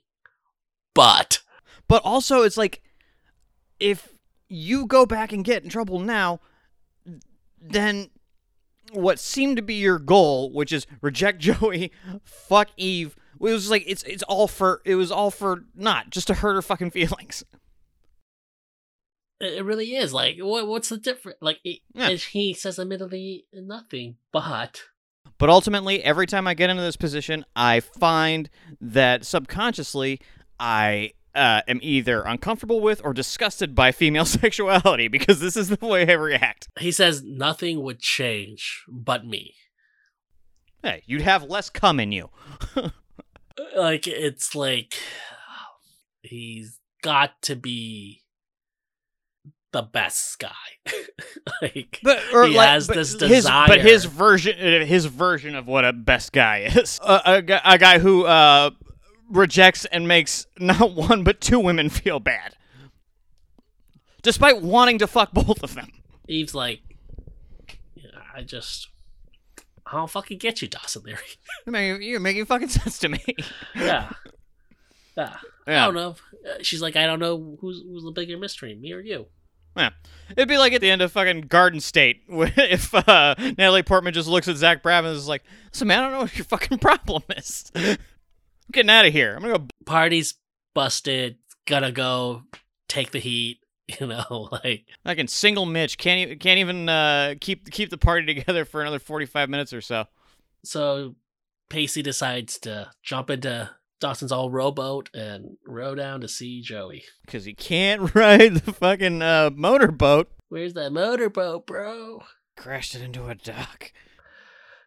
A: But
B: But also, it's like if you go back and get in trouble now, then what seemed to be your goal, which is reject Joey, fuck Eve, it was just like it's it's all for it was all for not just to hurt her fucking feelings.
A: it it really is like, what, what's the difference? Like, it,
B: Yeah.
A: and he says, admittedly, nothing. But
B: But ultimately, every time I get into this position, I find that subconsciously I uh, am either uncomfortable with or disgusted by female sexuality because this is the way I react.
A: he says nothing would change but me.
B: Hey, you'd have less cum in you.
A: like it's like he's got to be the best guy like
B: But or
A: He
B: like,
A: has
B: but
A: this
B: his, but his
A: desire.
B: version, uh, his version of what a best guy is, a, a, gu- a guy who uh, rejects and makes not one but two women feel bad, despite wanting to fuck both of them.
A: eve's like yeah, i just i don't fucking get you dawson leary
B: You're making, you're making fucking sense to me.
A: yeah yeah i
B: Yeah,
A: don't know Uh, she's like i don't know who's who's the bigger mystery me or you
B: yeah. It'd be like at the end of fucking Garden State where- if uh, Natalie Portman just looks at Zach Braff and is like, "Listen, man, I don't know what your fucking problem is. I'm getting out of here. I'm gonna go
A: party's busted gonna go take the heat you know like
B: I can single Mitch can't e- can't even uh, keep keep the party together for another forty five minutes or so.
A: so Pacey decides to jump into Dawson's old rowboat and row down to see Joey.
B: Because he can't ride the fucking uh, motorboat.
A: Where's that motorboat, bro?
B: Crashed it into a dock.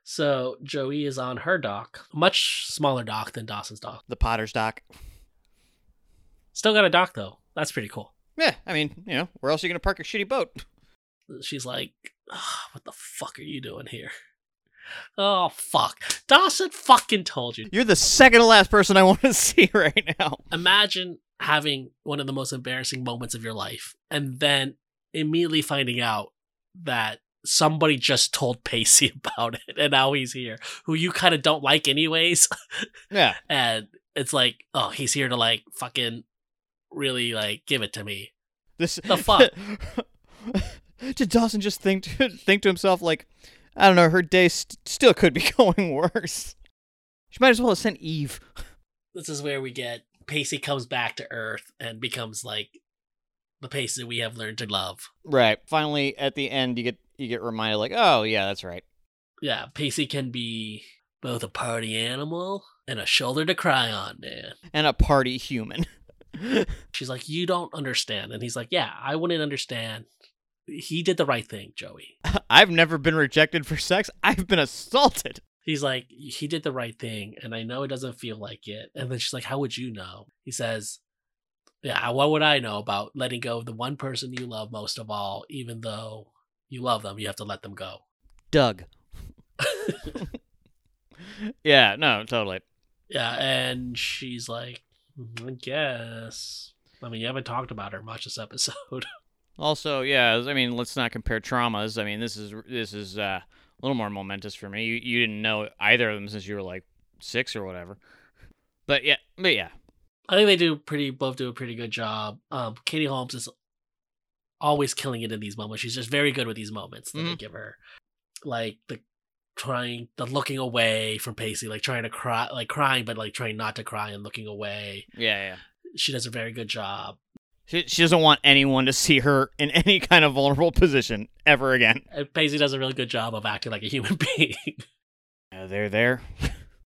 A: So Joey is on her dock, a much smaller dock than Dawson's dock.
B: The Potter's dock.
A: Still got a dock though. That's pretty cool.
B: Yeah, I mean, you know, where else are you gonna park a shitty boat?
A: She's like, "Ah, "What the fuck are you doing here?" Oh fuck, Dawson fucking told you.
B: You're the second to last person I want to see right now.
A: Imagine having one of the most embarrassing moments of your life, and then immediately finding out that somebody just told Pacey about it, and now he's here, who you kind of don't like anyways,
B: Yeah,
A: and it's like, oh, he's here to like fucking really like give it to me.
B: this
A: The fuck?
B: Did Dawson just think to, think to himself like, I don't know, her day st- still could be going worse. She might as well have sent Eve.
A: This is where we get Pacey comes back to Earth and becomes like the Pacey we have learned to love.
B: Right. Finally, at the end, you get you get reminded, like, oh yeah, that's right.
A: Yeah, Pacey can be both a party animal and a shoulder to cry on, man.
B: And a party human.
A: She's like, You don't understand. And he's like, Yeah, I wouldn't understand. He did the right thing, Joey.
B: I've never been rejected for sex. I've been assaulted.
A: He's like, He did the right thing. And I know it doesn't feel like it. And then she's like, How would you know? He says, Yeah, what would I know about letting go of the one person you love most of all, even though you love them, you have to let them go.
B: Doug. yeah. No. Totally.
A: Yeah. And she's like, "Mm, I guess. I mean, you haven't talked about her much this episode.
B: Also, yeah. I mean, let's not compare traumas. I mean, this is this is uh, a little more momentous for me. You you didn't know either of them since you were like six or whatever. But yeah. But yeah.
A: I think they do pretty both do a pretty good job. Um, Katie Holmes is always killing it in these moments. She's just very good with these moments that they
B: Mhm.
A: give her, like the trying the looking away from Pacey, like trying to cry, like crying but like trying not to cry and looking away.
B: Yeah. Yeah.
A: She does a very good job.
B: She, she doesn't want anyone to see her in any kind of vulnerable position ever again.
A: And Pacey does a really good job of acting like a human being.
B: Uh, they're there.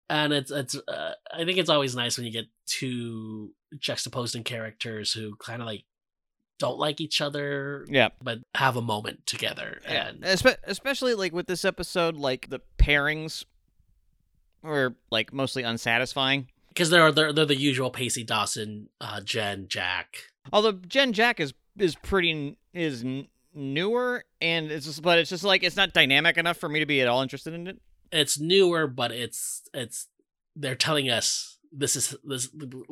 A: and it's it's uh, I think it's always nice when you get two juxtaposing characters who kind of like don't like each other
B: Yeah.
A: but have a moment together. And
B: Espe- especially like with this episode, like the pairings were like mostly unsatisfying.
A: because they're, they're they're the usual Pacey Dawson, uh, Jen, Jack.
B: Although Jen Jack is is pretty n- is n- newer and it's just but it's just like it's not dynamic enough for me to be at all interested in it.
A: It's newer, but it's it's they're telling us this is this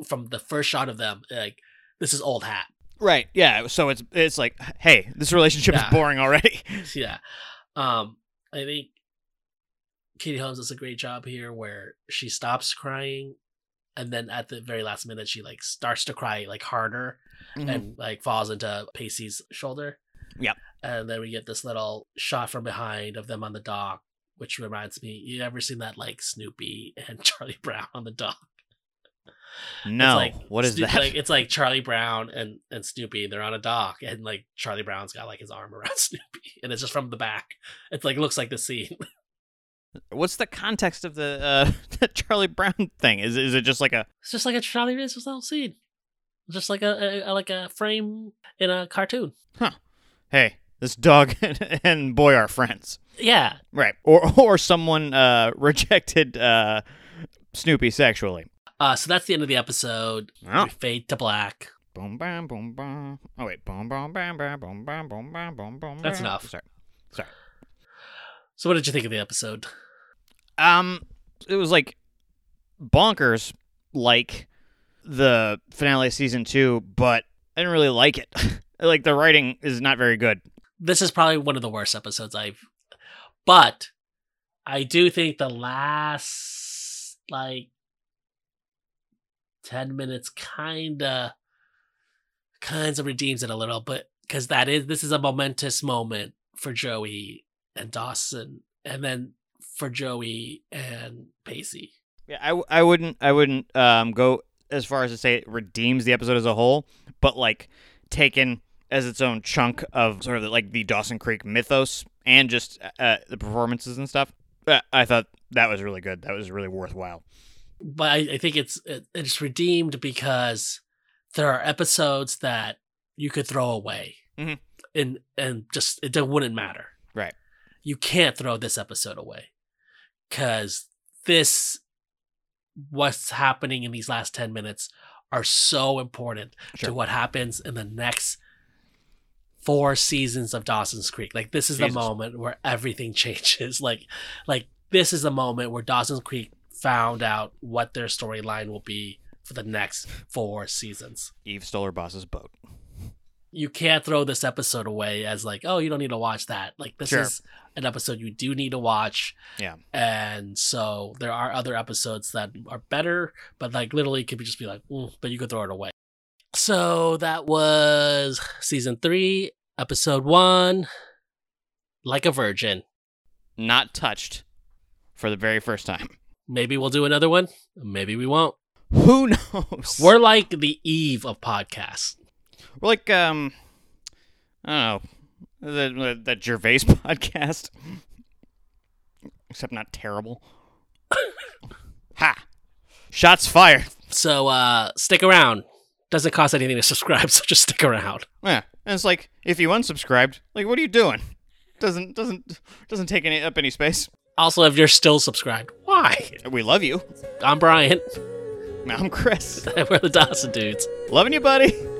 A: from the first shot of them like this is old hat.
B: Right. Yeah. So it's it's like, hey, this relationship
A: Yeah.
B: is boring already.
A: yeah. Um, I think Katie Holmes does a great job here where she stops crying and then at the very last minute she like starts to cry like harder and like falls into Pacey's shoulder.
B: Mm-hmm. Yep.
A: And then we get this little shot from behind of them on the dock, which reminds me, you ever seen that like Snoopy and Charlie Brown on the dock?
B: no.
A: It's like
B: what is
A: Snoop-
B: that?
A: Like, it's like Charlie Brown and and Snoopy. They're on a dock, and like Charlie Brown's got like his arm around Snoopy, and it's just from the back. It's like looks like the scene.
B: What's the context of the uh, Charlie Brown thing? Is is it just like a
A: It's just like a Charlie Brown's little scene, just like a, a, a- like a frame in a cartoon.
B: hey, this dog and boy are friends?
A: Yeah,
B: Right. Or or someone uh, rejected uh, Snoopy sexually.
A: uh, so that's the end of the episode.
B: Oh.
A: We fade to black.
B: Boom bam boom bam. Oh wait, boom bam bam bam boom bam boom bam boom bam.
A: That's
B: bam.
A: enough.
B: Sorry.
A: So, what did you think of the episode?
B: Um, it was like bonkers, like the finale of season two, but I didn't really like it. like the writing is not very good.
A: This is probably one of the worst episodes I've, but I do think the last like 10 minutes kind of kinds of redeems it a little but because that is this is a momentous moment for joey and dawson and then for joey and pacey
B: Yeah, I, w- I wouldn't I wouldn't um go as far as to say it redeems the episode as a whole, but like taken as its own chunk of sort of like the Dawson Creek mythos and just uh, the performances and stuff. Uh, I thought that was really good. That was really worthwhile.
A: but i, I think it's it, it's redeemed because there are episodes that you could throw away
B: Mhm.
A: and and just it don't- wouldn't matter
B: Right.
A: you can't throw this episode away because this what's happening in these last 10 minutes are so important to
B: Sure.
A: what happens in the next four seasons of Dawson's Creek. Like this is the
B: Jesus.
A: moment where everything changes. Like like this is the moment where Dawson's Creek found out what their storyline will be for the next four seasons.
B: Eve stole her boss's boat.
A: You can't throw this episode away as like, oh, you don't need to watch that. Like this
B: Sure.
A: is an episode you do need to watch.
B: Yeah.
A: And so there are other episodes that are better, but like literally could be just be like, "Mm," but you could throw it away. So that was season three, episode one, like a virgin.
B: Not touched for the very first time.
A: Maybe we'll do another one. Maybe we won't.
B: Who knows?
A: We're like the eve of podcasts.
B: We're like um, I don't know that that- that Gervais podcast, except not terrible. ha! Shots fired.
A: So uh stick around. Doesn't cost anything to subscribe, so just stick around.
B: Yeah, and it's like if you unsubscribed, like what are you doing? Doesn't doesn't doesn't take any up any space.
A: Also, if you're still subscribed, why?
B: We love you.
A: I'm Brian.
B: I'm Chris.
A: We're the Dawson dudes.
B: Loving you, buddy.